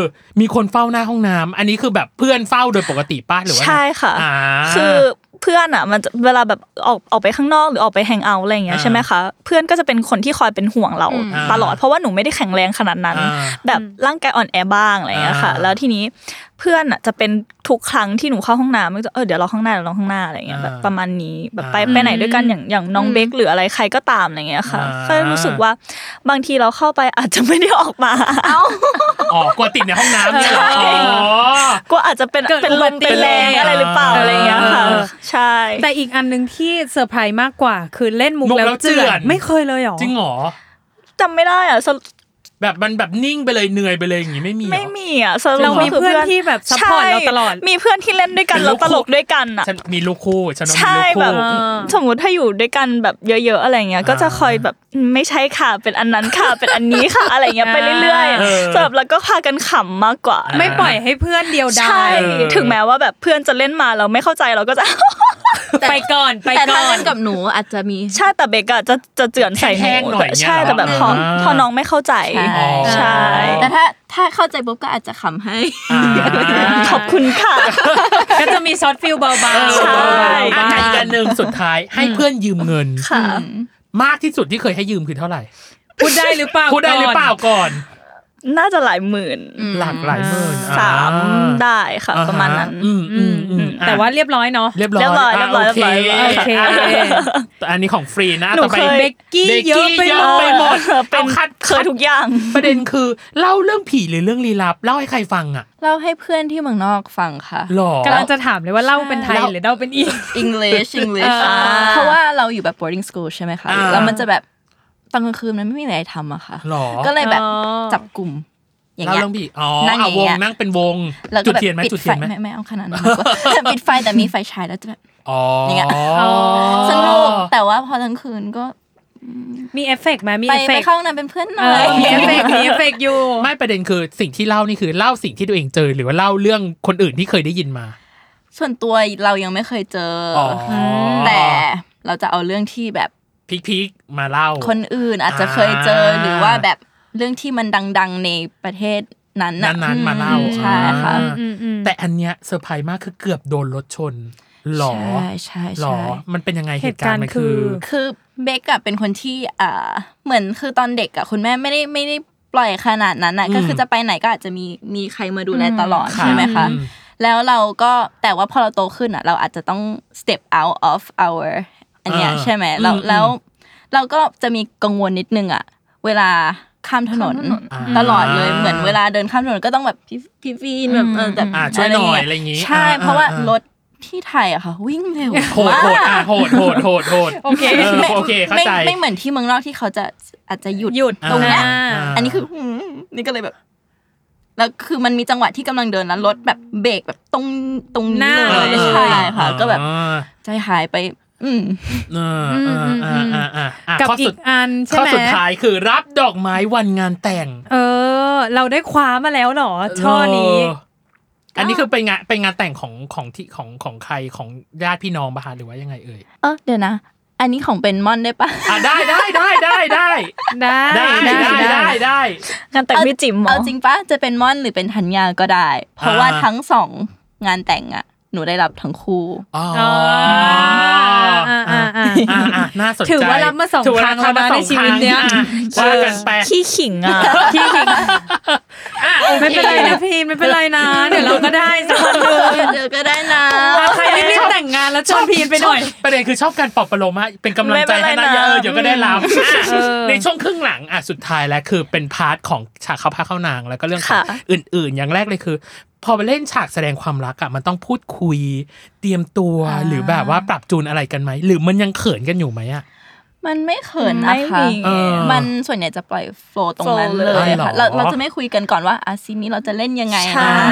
มีคนเฝ้าหน้าห้องน้ำอันนี้คือแบบเพื่อนเฝ้าโดยปกติป้าหรือว่าไง ใช่ค่ะ อ่า คือเพื่อนอ่ะมันจะเวลาแบบออกออกไปข้างนอกหรือออกไปแฮงเอาท์อะไรอย่างเงี้ย อ่า ใช่ไหมคะเพื่อนก็จะเป็นคนที่คอยเป็นห่วงเรา อ่า ตลอดเพราะว่าหนูไม่ได้แข็งแรงขนาดนั้น อ่า แบบร่างกายอ่อนแอบ้างอะไรอย่างเงี้ยค่ะ อ่า แล้วทีนี้เพื่อนอ่ะจะเป็นทุกครั้งที่หนูเข้าห้องน้ำก็จะเออเดี๋ยวเราข้างหน้าเดี๋ยวเราข้างหน้าอะไรอย่างเงี้ย อ่า แบบประมาณนี้แบบไป อ่า ไปไหนด้วยกันอย่างอย่างน้องเบคหรืออะไรใครก็ตามอะไรอย่างเงี้ยค่ะ อ่า ก็รู้สึกว่าบางทีเราเข้าไปอาจจะไม่ได้ออกมา อ๋อกลัวติดในห้องน้ำเนี่ยเหรออ๋อ ก็อาจจะเป็น เกิด เป็นลมเป็นแรง อุบัติเหตุ อะไรหรือเปล่าอะไรอย่างเงี้ยค่ะ เออ ใช่ แต่อีกอันหนึ่งที่เซอร์ไพรส์มากกว่า คือเล่นมุก มุกแล้ แล้ววเจือ เจือน นไม่เคยเลยหรอ จริงเหรอ จำไม่ได้อ่ะสรุป แบบมันแบบนิ่งไปเลยเหนื่อยไปเลยอย่างงี้ไม่มีเหรอ ไม่มีอ่ะสป เรามี ก็คือ เพื่อนที่แบบซัพพอร์ตเรา ใช่ ตลอด มีเพื่อนที่เล่นด้วยกัน เป็นลู แล้ว ก ตลกด้วยกันอ่ะ ฉันมีลูกคู่ฉันว่า ใช่ มีลูก แบ คู่ บสมมติถ้าอยู่ด้วยกันแบบเยอะๆอะไรเงี้ย ก็จะคอยแบบอืมไม่ใช่ค่ะเป็นอันนั้น [LAUGHS] ค่ะ เป็นอันนี้ค่ะอะไรเงี้ยไปเรื่อย เออ ๆสำหรับแล้วก็พากันขำมากกว่า ไม่ปล่อยให้เพื่อนเดียวดา ใช่ ย ถึงแม้ว่าแบบเพื่อนจะเล่นมาเราไม่เข้าใจเราก็จะ [LAUGHS] ไปก่อนไป แต่ ก่ ถ้า อ เล่ น นกับหนูอาจจะมี ใช่แต่เบกอะจะจะเจือนใส่ แห้งๆหน่อยเงี้ย ใช่แต่แบบพอ เหรอ พอน้องไม่เข้าใจ อ๋อ ใช่ แต่ถ้าถ้าเข้าใจปุ๊บก็อาจจะขำให้ อ่า ขอบคุณ [LAUGHS] ค่ะ ก็จะมีช็อตฟิลเบาๆ ใช่ อ่ะอีกอันหนึ่งสุดท้ายให้เพื่อนยืมเงิน ค่ะ มากที่สุดที่เคยให้ยืมคือเท่าไหร่ พูดได้หรือเปล่า พูดได้หรือเปล่าก่อน น่าจะหลายหมื่น หลากหลายหมื่น สาม อ่ ได้ค่ะ อ่ฮ ประมาณนั้น อืมอืมอืม แต่ว่าเรียบร้อยเนาะ เรียบร้อย เรียบร้อย ะ เรียบร้อย โอ เรียบร้อย เค โอเค แต่อันนี้ของฟรีนะ หนู ต่อไป เคยเบกกี้เยอะไปหมด เยอะไปหมด เออเป็น อาคัด เคยทุกอย่าง ประเด็นคือเล่าเรื่องผีหรือเรื่องลี้ลับ เล่าให้ใครฟังอ่ะ เล่าให้เพื่อนที่เมืองนอกฟังค่ะ หรอก ำลังจะถามเลยว่าเล่าเป็นไทยหรือเล่าเป็นอี [LAUGHS] ก English English อ่า เพราะว่าเราอยู่แบบ boarding school ใช่ไหมคะ อ่า แล้วมันจะแบบตอนกลางคืนมันไม่มีอะไรทำอะค่ะ หรอ ก็เลยแบบ อ๋อ จับกลุ่ม อย่าง เล่า เงี้ย เรื่องผีอ๋อ นั่งอ เอา ย่าง ว เงี้ ง ย นั่งเป็นวง แล้ว จุ ก็ ด แบบ เทียนไหม ปิด จุด ไฟ เทียนไหม ไม่ไม่เอาขนาดนั้นดีกว่า [LAUGHS] แต่ปิดไฟแต่มีไฟฉายแล้วจะ [LAUGHS] แบบ อ๋ออย่าง เงี้ย อ๋อ สนุกแต่ว่าพอกลางคืนก็ มีเอฟเฟกต์ไหมมี ไป เอฟเฟ ไป กต์ เข้าห้องน้ำเป็นเพื่อนห เอ น่อย อมีเอฟเฟก [LAUGHS] ต์มีเอฟเฟกต์อยู่ ไม่ประเด็นคือสิ่งที่เล่านี่คือเล่าสิ่งที่ตัวเองเจอ หรือว่าเล่าเรื่องคนอื่นที่เคยได้ยินมา ส่วนตัวเรายังไม่เคยเจออ อ แต่เราจะเอาเรื่องที่แบบ พีคๆมาเล่า คนอื่นอาจจะเคยเจอหรือว่าแบบเรื่องที่มันดัง ๆ ในประเทศนั้น นั้ น่ะ นๆมาเล่า อืใช่ค่ะ อ่าแต่อันเนี้ยเซอร์ไพรส์มากคือเกือบโดนรถชนหรอ ใช่ใช่ หรอ ใช่ มันเป็นยังไงเหตุการณ์มันคือ เหตุการณ์ คือเบกอะเป็นคนที่อ่าเหมือนคือตอนเด็กอะคุณแม่ไม่ได้ไม่ได้ปล่อยขนาดนั้นน่ะก็คือจะไปไหนก็อาจจะมีมีใครมาดูแลตลอดใช่ไหมคะ อืม แล้วเราก็แต่ว่าพอเราโตขึ้นอ่ะ เราอาจจะต้อง step out of our อันเนี้ย อ่า ใช่ไหมแล้ว อืม แล้วเราก็จะมีกังวลนิดนึงอ่ะ เวลาข้ามถนน อ่า ตลอดเลยเหมือนเวลาเดินข้ามถนนก็ต้องแบบพี่พี่ฟีนแบบเออแบบ อ่าช่วยหน่อยอะไรอย่างงี้ ใช่ อ่า เพราะว่า อ่า รถที่ไทยอะค่ะ วิ่งเร็ว โหดโหดอ่ะโหดโหดโหดโหด โอเค เออโอเคเข้า ไม่ ใจ ไม่เหมือนที่เมืองนอกที่เขาจะอาจจะหยุด หยุด ตรงเนี้ย า อันนี้คือ [LAUGHS] หืมนี่ก็เลยแบบ แล้วคือมันมีจังหวะที่กำลังเดินแล้วรถแบบเบรกแบบตรงตรง ห นี้ น้า เลยใช่ค่ะ ก็แบบ อ่า ใจหายไป อืม อ่าอ่าอ่าอ่าอ่าอ่ะ กับ ข้อ อี สุด กอันใช่ ข้อ ไหม สุดท้ายคือรับดอกไม้วันงานแต่ง เออ เราได้คว้ามาแล้วเหรอช่อนี้ เอออันนี้คือไปงานไปงานแต่งของของที่ของของใครของญาติพี่น้องปะฮะหรือว่ายังไงเอ่ย เออเดี๋ยวนะ อันนี้ของเบนมอนได้ปะ อ่ะได้ได้ได้ได้ได้ ได้ ได้ได้ได้ได้ งานแต่งพี่จิ๋มเหรอ เอาจริงปะจะเป็นม่อนหรือเป็นธัญญาก็ได้ เพราะ อ่า ว่าทั้งสองงานแต่งอะหนูได้รับทั้งคู่ อ๋อ อ๋ออ่า อ่า อ่าอ่า อ่าอ่าน่าสนใจ ถือว่ารับมาสอง ถืว่ ครั้งแล้วนะ รับมาสอ ในชีวิตเนี้ย ครั้งอ่ะว่ากันไป ขี้ขิง [LAUGHS] อ่ะ ที่ขิงอ่ะโอค ไม่เป็นไรนะพีนไม่เป็นไร [LAUGHS] นะ เดี๋ยวเราก็ได้สักวันหนึ่ง เดี๋ยวก็ได้นะ ใครรีบๆแต่งงานแล้วชวนพีนไปหน่อย ชบประเด็นคือชอบการปลอบประโลมมากเป็นกำลังใจให้ ไม่ นะ เป็นไรนะ เยอะเออเดี๋ยวก็ได้รับอ่ะ เออ ในช่วงครึ่งหลังอ่ะสุดท้ายแล้วคือเป็นพาร์ทของฉากเข้าพระเข้านางแล้วก็เรื่องของ ค่ะ อื่นๆ อย่างแรกเลยคือ พอไปเล่นฉากแสดงความรักอะมันต้องพูดคุย เตรียมตัว อ่า หรือแบบว่าปรับจูนอะไรกันไหม หรือมันยังเขินกันอยู่ไหมอะ มันไม่เขิน ไม่ นะคะ มี เออ มันส่วนใหญ่จะปล่อยโฟลตรงนั้นเล โฟลว์เลยย ค่ะเราเราจะไม่คุยกันก่อนว่าอาซีนนี้เราจะเล่นยังไง ใช่ นะ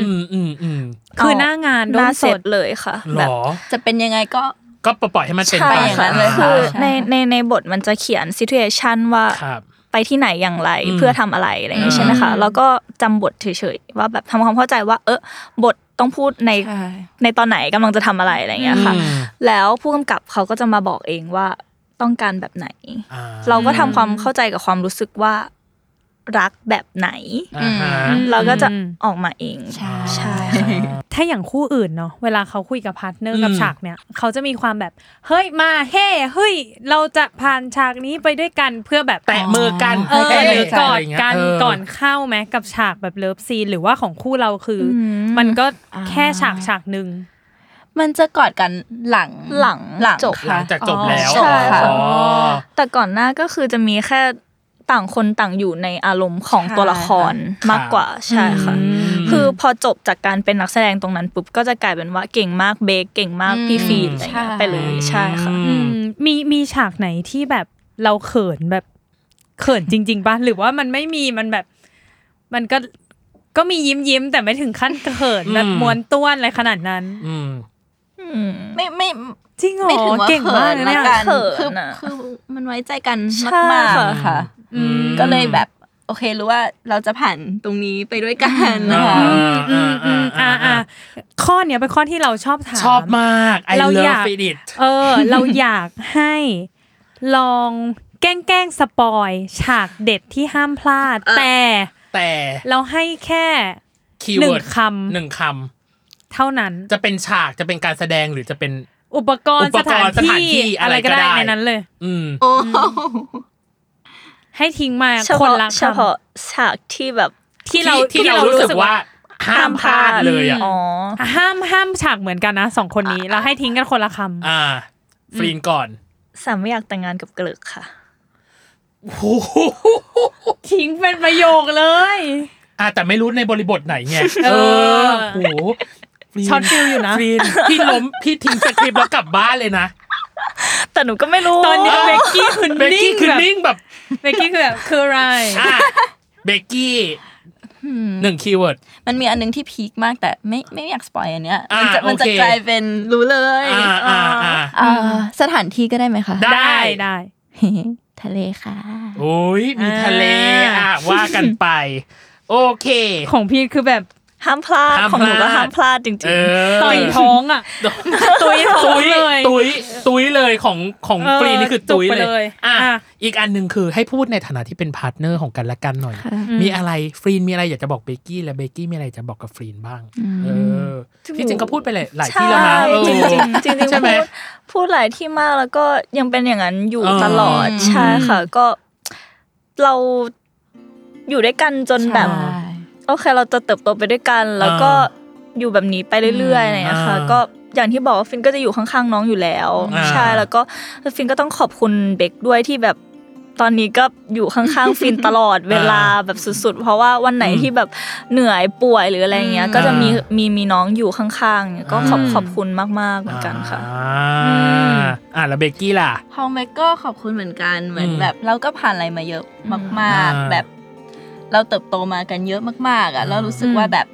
อืมอืมอืม คือหน้างาน ห โด น้าน เส ส ร็ ด จเลยค่ะ หร แบบ อ จะเป็นยังไงก็ ก็ปล่อยให้มันเป็น ใช่ ไป อย่างนั้นเลย คือ ใช่ ในในในบทมันจะเขียนซิทูเอชันว่า ครับ ไปที่ไหนอย่างไร อืม เพื่อทำอะไรอะไรอย่างเงี้ อืมยใช่ไหมคะแล้วก็จำบทเฉยๆว่าแบบทำความเข้าใจว่า เออบทต้องพูดในในตอนไหนกำลังจะทำอะไรอะไรอย่างเงี้ยค่ะ อืม แล้วผู้กำกับเขาก็จะมาบอกเองว่าต้องการแบบไหน อ่ เราก็ทำความเข้าใจกับความรู้สึกว่ารักแบบไหน อ่าฮะ เราก็จะ อืม ออกมาเอง ใช่ ถ้าอย่างคู่อื่นเนาะเวลาเขาคุยกับพาร์ทเนอร์กับฉากเนี่ยเขาจะมีความแบบเฮ้ยมาเฮ้เฮ้ยเราจะผ่านฉากนี้ไปด้วยกันเพื่อแบบ แตะมือกัน เออ แตะมื กอ นะ ด ไรย่างเงี้ย กัน เ ก่อนเข้าไหมกับฉากแบบเลิฟซีนหรือว่าของคู่เราคืออ ม มันก็แค่ฉากฉากหนึ่ง มันจะกอดกันหลัง หลัง หลัง จบ หลั ค่ะ งจากจบแล้ว ใช่ค่ะ อ๋อ แต่ก่อนหน้าก็คือจะมีแค่ต่างคนต่างอยู่ในอารมณ์ของ ใช่ ตัวละคร ค่ะ มากกว่าใช่ค่ะ อืม คือพอจบจากการเป็นนักแสดงตรงนั้นปุ๊บก็จะกลายเป็นว่าเก่งมากเบคเก่งมากพี่ฟีนอะไรอย่างเงี้ยไปเลยใช่ค่ะ อื อืมมีมีฉากไหนที่แบบเราเขินแบบเขินจริง ๆป่ะหรือว่ามันไม่มีมันแบบ มันก็ก็มียิ้มยิ้มๆแต่ไม่ถึงขั้นเขินแบบ อืม มวนต้วนอะไรขนาดนั้น อืม ไม่ไม่ จริงเหร ไม่ถึง อ ว่า เก่งมาก เขิน นะ ละ เนี่ย กัน เขิน คือ อะ คือมันไว้ใจกัน ใช่ มาก ค่ะ ๆค่ะ อืม ก็เลยแบบโอเครู้ว่าเราจะผ่านตรงนี้ไปด้วยกันนะ อ่า คะ อืมอืมอ่าอ่าข้อเนี้ยเป็นข้อที่เราชอบถาม ชอบมาก I เราอยาก love it เออ เราอยากให้ลองแกล้งแกล้งสปอยฉากเด็ดที่ห้ามพลาด แต่ แต่ เราให้แค่ คีย์เวิร์หดนึ่งคำ หนึ่งคำ เท่านั้น จะเป็นฉากจะเป็นการแสดงหรือจะเป็น อุปกรณ์ อุป ส ก ถารน ณ์สถาน ที่ ที่ อะไรก็ อะไรก็ ได้ ได้ ในนั้นเลย อืม โอ้ ให้ทิ้งมา เฉ คน พาะ ละ เฉพาะ คำ ฉากที่แบบ ที่เรา ที่เรารู้สึกว่าห้ามพลาดเลยอ่ะ อ๋อ ห้ามห้ามฉากเหมือนกันนะสองคนนี้เราให้ทิ้งกันคนละคำ อ่า ฟรีนก่อน สามไม่อยากแต่งงานกับเกลิกค่ะ ทิ้งเป็นประโยคเลย อ่าแต่ไม่รู้ในบริบทไหนไงเออโหฟรี ช็อตฟิลอยู่นะ ฟรีนพี่ล้มพี่ทิ้งสคริปต์แล้วกลับบ้านเลยนะ แต่หนูก็ไม่รู้ ตอนนี้เบกกี้คือ เบก นิ่ กี้ ง คือ แบบ นิ่งแบบ เบกกี้คือแบบคืออะไร อ่ะเบกกี้หนึ่งคีย์เวิร์ด มันมีอันนึงที่พีคมากแต่ไม่ไม่อยากสปอยอันเนี้ย อ่า มันจะมันจะ โอเค กลายเป็นรู้เลย อ่าอ่าอ่า อ่าสถานที่ก็ได้ไหมคะ ได้ ได้ได้ ทะเลค่ะ โอ้ยมีทะเลอ่ะว่ากันไป โอเค ของพีทคือแบบ ห้ามพลาด ห้าม ของหนู พลา ก็ ด ห้ามพลาดจริ เอง อ ต่อยท้องอ่ะ ตุยท้อง ตุย เลย ตุยตุยเลยของของ เออ ปรีนี่คือตุย จุกไป เล เลยย อ่ะ อ่ะ อีกอันหนึ่งคือให้พูดในฐานะที่เป็นพาร์ทเนอร์ของกันและกันหน่อย มีอะไรฟรีนมีอะไรอยากจะบอกเบกกี้และเบกกี้มีอะไรจะบอกกับฟรีนบ้าง เออที่จริงก็พูดไปหลายหลายที่แล้วนะ ใช่ เออ จริงๆจริงๆ ใช่ไหม พูด พูดหลายที่มากแล้วก็ยังเป็นอย่างนั้นอยู่ เออ ตลอด อืม ใช่ค่ะ ก็เราอยู่ด้วยกันจนแบบ โอเคเราจะเติบโตไปด้วยกัน แล้วก็อยู่แบบนี้ไปเรื่อยๆอะไรอย่างเงี้ยค่ะ อ่า ก็อย่างที่บอกว่าฟินก็จะอยู่ข้างๆน้องอยู่แล้ว อ่า ใช่แล้วก็ฟินก็ต้องขอบคุณเบคด้วยที่แบบตอนนี้ก็อยู่ข้างๆ ฟินตลอ [LAUGHS] ดเวลาแบบสุดๆ เพราะว่าวันไหนที่แบบเหนื่อยป่วยหรืออะไรอย่างเงี้ย ก็จะมีมีมีน้องอยู่ข้างๆเนี่ยก็ขอบขอบคุณมากๆเหมือนกันค่ะ อ่าอ่ะแล้วเบกกี้ล่ะ พองเมกก็ขอบคุณเหมือนกันเหมือน อืม แบบเราก็ผ่านอะไรมาเยอะมาก อ่า ๆ แบบ เราเติบโตมากันเยอะมาก ๆ อ่ะ เรารู้สึกว่าแบบ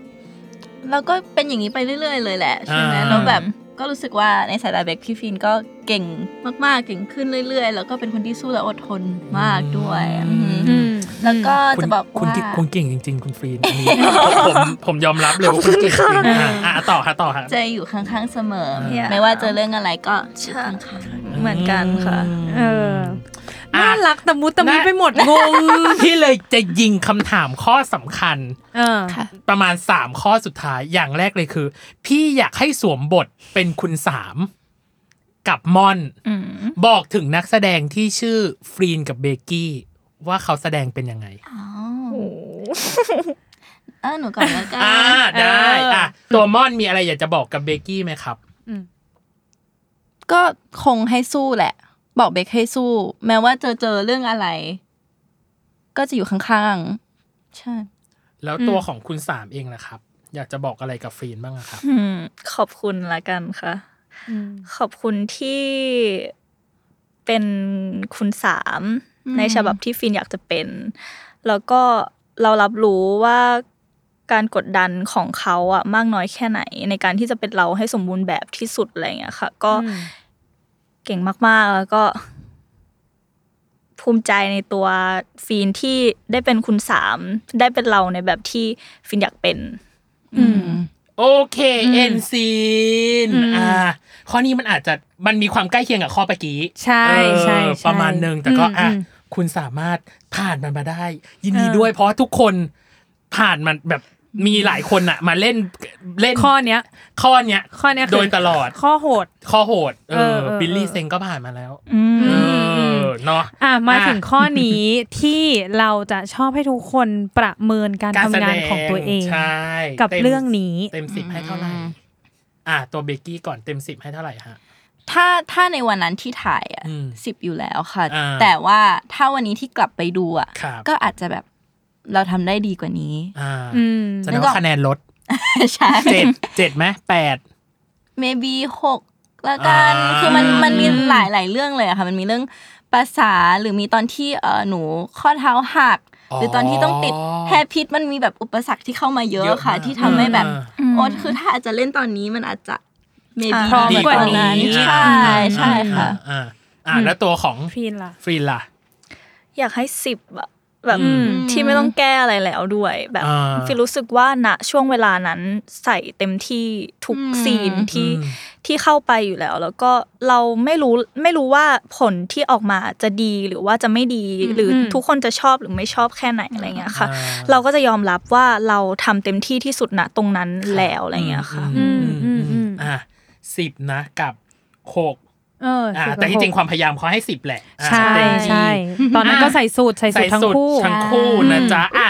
เราก็เป็นอย่างนี้ไปเรื่อย ๆ เลยแหละใช่ไหม อ่า แล้วแบบก็รู้สึกว่าในสายตาเบคพี่ฟินก็เก่งมาก ๆ เก่งขึ้นเรื่อย ๆ แล้วก็เป็นคนที่สู้และอดทนมากด้วยอืม อืม แล้วก็ คุณ จะบอกว่า คุณเก่งคุณเก่งจริง ๆ คุณฟรีนอันนี้ผมผมผมยอมรับเลยว่าคุณเก่งจริงๆอ่ะอ่ะต่อค่ะต่อค่ะ จะอยู่ข้างๆเสมอ Yeah. ไม่ว่าเจอเรื่องอะไรก็ ใช่ ข้าง เอ เหมือนกันค่ะ เออ อ่ะ น่ารักตะมุตะมิไปหมดงง ที่เลยจะยิงคำถามข้อสำคัญ เออ ค่ะ ประมาณ 3 ข้อสุดท้ายอย่างแรกเลยคือ พี่อยากให้สวมบทเป็นคุณสามกับมอน อืม บอกถึงนักแสดงที่ชื่อฟรีนกับเบกกี้ ว่าเขาแสดงเป็นยังไง อ๋อเออหนูก่อนแล้วกัน อ่าได้อ่ะตัวมอนมีอะไรอยากจะบอกกับเบกกี้ไหมครับ ก็คงให้สู้แหละ บอกเบคให้สู้ แม้ว่าเจอเจอเรื่องอะไร ก็จะอยู่ข้างๆใช่ แล้วตัวของคุณสามเองนะครับ อยากจะบอกอะไรกับฟรีนบ้างอะครับ อืม [LAUGHS] ขอบคุณละกันค่ะ ขอบคุณที่เป็นคุณสาม อืม ในฉบับที่ฟินอยากจะเป็น แล้วก็เรารับรู้ว่าการกดดันของเขาอะมากน้อยแค่ไหน ในการที่จะเป็นเราให้สมบูรณ์แบบที่สุดอะไรอย่างเงี้ยค่ะ ก็ อืม เก่งมากๆแล้วก็ ภูมิใจในตัวฟินที่ได้เป็นคุณสามได้เป็นเราในแบบที่ฟินอยากเป็น อืม โอเคเอ็นซีนอ่าข้อนี้มันอาจจะมันมีความใกล้เคียงกับข้อเมื่อกี้ ใช่ใช่ เออ ใช่ ประมาณหนึ่งแต่ก็ อืม อ่ะ อืม คุณสามารถผ่านมันมาได้ ยินดีด้วย เพราะทุกคนผ่านมันแบบมีหลายคนอะมาเล่นเล่น ข้อเนี้ย ข้อเนี้ย ข้อเนี้ยคือ โดยตลอด ข้อโหด ข้อโหดเอ เออ อ เออ บิลลี่ เออ เซงก็ผ่านมาแล้ว อืม เออเนาะ อ่ะมาถึง อ่ะ ข้อนี้ ที่เราจะชอบให้ทุกคนประเมินการ การแส ทำ ด งานของตัวเอง ใช่ กับ ต็ม เรื่องนี้ เต็มสิบให้เท่าไหร่ อ่ะตัวเบกกี้ก่อนเต็มสิบให้เท่าไหร่ฮะ ถ้าถ้าในวันนั้นที่ถ่ายอ่ะ อืม สิบอยู่แล้วค่ะ อ่า แต่ว่าถ้าวันนี้ที่กลับไปดูอ่ะ ครับ ก็อาจจะแบบเราทำได้ดีกว่านี้ [LAUGHS] อ่า อืม แสดงว่าคะแนนลด ใช่ เจ็ดเจ็ดไหมแปด เมบีหกละกัน อ่า คือมันมันมีหลายหลายเรื่องเลยอะค่ะ มันมีเรื่องภาษาหรือมีตอนที่เออหนูข้อเท้าหัก หรือตอนที่ต้องติดแฮปพิษมันมีแบบอุปสรรคที่เข้ามาเย เย อะ อะ ค่ะ มาก ที่ทำให้แบบ เออ โอ๊ตคือถ้าอาจจะเล่นตอนนี้มันอาจจะเมบี พร้อมกว่านี้ ใช่ใช่ค่ะ อ่าอ่าแล้วตัวของ พีนล่ะ ฟรีนล่ะ อยากให้สิบอะแบบ อืม ที่ไม่ต้องแก้อะไรแล้วด้วย แบบ อ่า ฟิลรู้สึกว่าณช่วงเวลานั้นใส่เต็มที่ทุก อืม ซีนที่ อืม ที่เข้าไปอยู่แล้ว แล้วก็เราไม่รู้ไม่รู้ว่าผลที่ออกมาจะดีหรือว่าจะไม่ดีหรืออ ม ทุกคนจะชอบหรือไม่ชอบแค่ไหนอะไรเงี้ยค่ะ เราก็จะยอมรับว่าเราทำเต็มที่ที่สุดณตรงนั้นแล้วอะไรเงี้ยค่ะ อืม อื อื ม ม อื อื ม มอ่าสิบนะกับหก เออ อ่า สิบกับ แต่ที่จริง ห ความพยายามเขาให้สิบแหละ กใช่ อ่าแต่จริง ใช่ ตอนนั้นก็ใส่สูตรใส่สู ใส่ ตรทั้ง สุด คู่ ทั้งคู่นะจ๊ะอ่ะ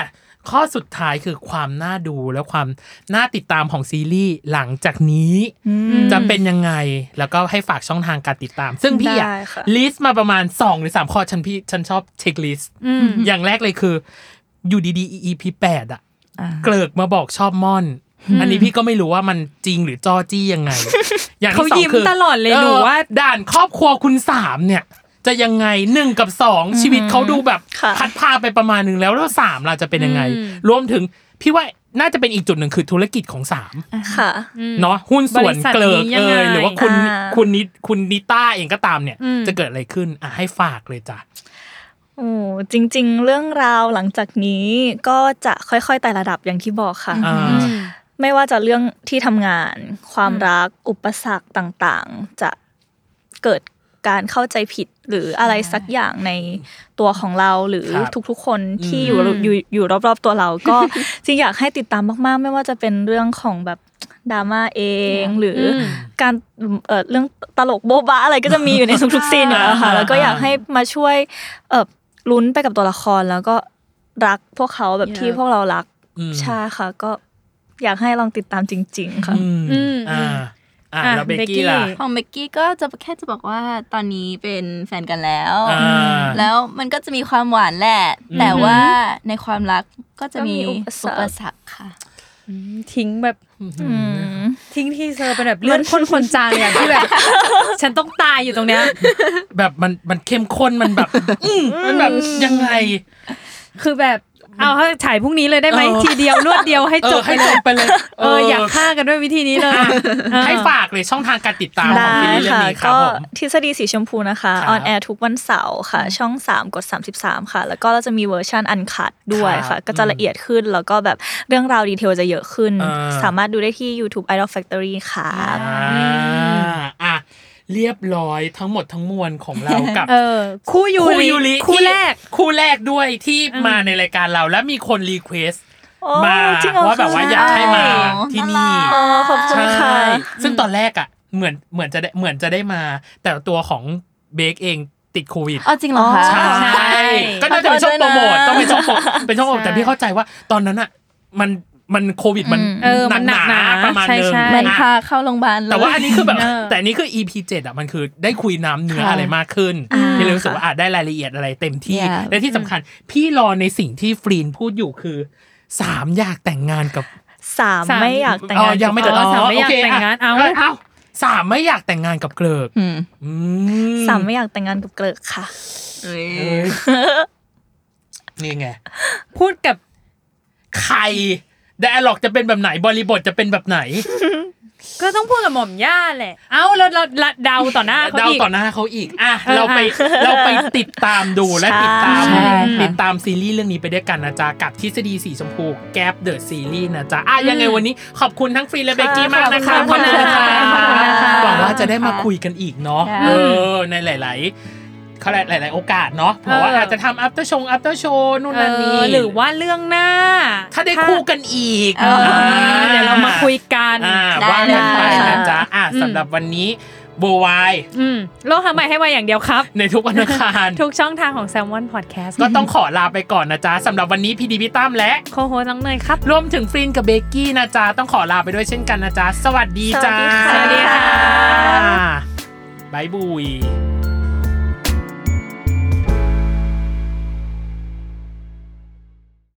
ข้อสุดท้ายคือความน่าดูและความน่าติดตามของซีรีส์หลังจากนี้ จะเป็นยังไงแล้วก็ให้ฝากช่องทางการติดตาม ซึ่งพี่อะ ได้ค่ะ ลิสต์มาประมาณ 2 หรือ 3 ข้อฉันพี่ฉันชอบเช็คลิสต์อย่างแรกเลยคือ อยู่ดีๆ EP 8 อ่ะ เกลิกมาบอกชอบม่อน อันนี้พี่ก็ไม่รู้ว่ามันจริงหรือจ้อจี้ยังไง อย่างที่ส เขา อง ยิ้ม คือ ตลอดเลยหนูว่า ด่านครอบครัวคุณสามเนี่ย จะยังไงหนึ่งกับสองชีวิตเขาดูแบบ ค่ะ พัดพาไปประมาณหนึ่งแล้วแล้วสามเราจะเป็นยังไง รวมถึงพี่ว่าน่าจะเป็นอีกจุดหนึ่งคือธุรกิจของสาม ค่ะ เนาะหุ้นส่ว บ น ริษัท เกลิ นี้ ก ยัง เอ ไง ยหรือว่าคุณ อ่า คุณนิคุณนิต้าเองก็ตามเนี่ย จะเกิดอะไรขึ้นอ่ะให้ฝากเลยจ้ะ โอ้จริง ๆ เรื่องราวหลังจากนี้ก็จะค่อยๆไต่ระดับอย่างที่บอกค่ะ อ่า ไม่ว่าจะเรื่องที่ทำงาน ความรักอุปสรรคต่างๆ จะเกิดการเข้าใจผิดหรืออะไรสักอย่างในตัวของเราหรือ ครับ ทุกๆ คนที่ อืม อยู่อยู่อยู่รอบๆตัวเรา [LAUGHS] ก็ จริงอยากให้ติดตามมากๆ ไม่ว่าจะเป็นเรื่องของแบบดราม่าเองหรืออการเอ่อเรื่องตลกโบ๊ะบะอะไรก็จะมีอยู่ในทุกๆซีนอยู่แล้วค่ะแล้วก็อยากให้มาช่วยเอ่อลุ้นไปกับตัวละครแล้วก็รักพวกเขาแบบที่พวกเรารัก อืม ใช่ค่ะก็อยากให้ลองติดตามจริง ๆ ค่ะ อืม อืม อ่าอ่า อ่ะ แล้วเบก เบกกี้ กี้ล่ะ ของเบกกี้ก็จะแค่จะบอกว่าตอนนี้เป็นแฟนกันแล้ว อ่า แล้วมันก็จะมีความหวานแหละ อืม แต่ว่าในความรักก็จะมี ก็มีอุ อุ ปสรรค ปสรรคค่ะ ทิ้งแบบ อืม ทิ้งทีเซอร์เป็นแบบเลือดข้นคนจางอย่างที่แบบ ฉันต้องตายอยู่ตรงเนี้ย แบบมันมันเข้มข้นมันแบบ อืมมันแบบยังไง คือแบบเอาให้ฉายพรุ่งนี้เลยได้ไหม เออ ทีเดียวรวดเดียวให้ เอ จ อบ ไป ให้ เล จ ย บไปเลย เอออยากฆ่ากันด้วยวิธีนี้เลย อ่ะ เออ ให้ฝากเลยช่องทางการติดตามของ ได้ ซีรีส์เรื่อง ค่ะ นี้ครับ ก็ ผม ทฤษฎีสีชมพูนะคะ ครับ ออนแอร์ทุกวันเสาร์ค่ะ ช่อง 3 กด 33 ค่ะ แล้วก็เราจะมีเวอร์ชันอันคัดด้วยค่ะ ก็จะละเอียดขึ้นแล้วก็แบบเรื่องราวดีเทลจะเยอะขึ้น สามารถดูได้ที่ YouTube Idol Factory ค่ะ อ่าอ่ะ เรียบร้อยทั้งหมดทั้งมวลของเรากับ เออ คู่ยูริคู่ ที่ แรก คู่แรกด้วยที่มาในรายการเราและมีคนรีเควสต์ โอ้ มา จริงเหรอ ว่าแบบว่า คะ อยากให้มาที่นี่ อ๋อขอบคุณ ใช่ ค่ะ ซึ่งตอนแรกอ่ะเหมือนเหมือนจะได้เหมือนจะได้มา แต่ตัวของเบคเองติดโควิด เอาจริงเหรอคะ ใช่ก็น่าจะเป็นช่วงโปรโมทต้องเป็นช่วงโปรเป็นช่วงโปรโมท ใช่ แต่พี่เข้าใจว่าตอนนั้นอ่ะมันมันโควิดมัน อืม เออมัน หนักหนา หนักหนา ประมาณนึง ใช่ๆ มัน อ่ะ พาเข้าโรงพยาบาลเลย แต่ว่าอันนี้คือแบบ เออ แต่อันนี้คือ EP 7อ่ะมันคือได้คุยน้ำเนื้อ ค่ะ อะไรมากขึ้น อ่า ที่รู้สึกว่าอาจได้รายละเอียดอะไรเต็มที่ Yeah และที่สำคัญ พี่รอในสิ่งที่ฟรีนพูดอยู่คือสามอยากแต่งงานกับ สาม สาม ไม่อยากแต่อ๋องงาน ยังไม่แต่ง อ๋อสามไม่อยาก โเค แต่งงานะ เอา เอ้าสามไม่อยากแต่งงานกับเกลิก อืม อื สามไม่อยากแต่งงานกับเกลิกค่ะ เอ้ยนี่ไง พูดกับ ใครไดอะล็อกจะเป็นแบบไหนบริบทจะเป็นแบบไหน ก็ต้องพูดกับหม่อมย่าแหละ เอ้าเราเราเราเดาต่อหน้าเขา เดา อีก ต่อหน้าเขาอีกอ่ะ เออ เราไปเราไปติดตามดูและติดตาม ใช่ ค่ะ ติดตามซีรีส์เรื่องนี้ไปด้วยกันนะจ๊ะ กับทฤษฎีสีชมพูแก p เดอะซีรีส์นะจ๊ะอ่ะยังไงวันนี้ขอบคุณทั้งฟรีและเบกกี้มากนะคะ ขอบคุณค่ะ ขอบคุณนะคะ ขอบคุณค่ะ หวังว่าจะได้มาคุยกันอีกเนาะ ใช่ เออในหลาย ๆ เขาเรียกหลาย ๆ โอกาสเนาะเพราะว่าอาจจะทำอัปเตอร์ชงอัปเตอร์โชว์นู่น เอ นั่นนี่ อหรือว่าเรื่องหน้า ถ้าได้คู่กันอีก เออเดี๋ยวเรามาคุยกัน อ่า ได้ ว่ากันไป ได้ นะจ๊ะอ่ะ อืม สำหรับวันนี้โบวาย อืมโลกทางใหม่ให้ไวอย่างเดียวครับ ในทุกวันอังคาร ทุกช่องทางของ s ซ l m o n Podcast ก็ต้องขอลาไปก่อนนะจ๊ะสำหรับวันนี้พีดีพี่ตั้มและ โคโฮน้องเนยครับ รวมถึงฟรีนกับเบกกี้นะจ๊ะ ต้องขอลาไปด้วยเช่นกันนะจ๊ะ สวัสดีจ้า สวัสดีค่ะ บายบุย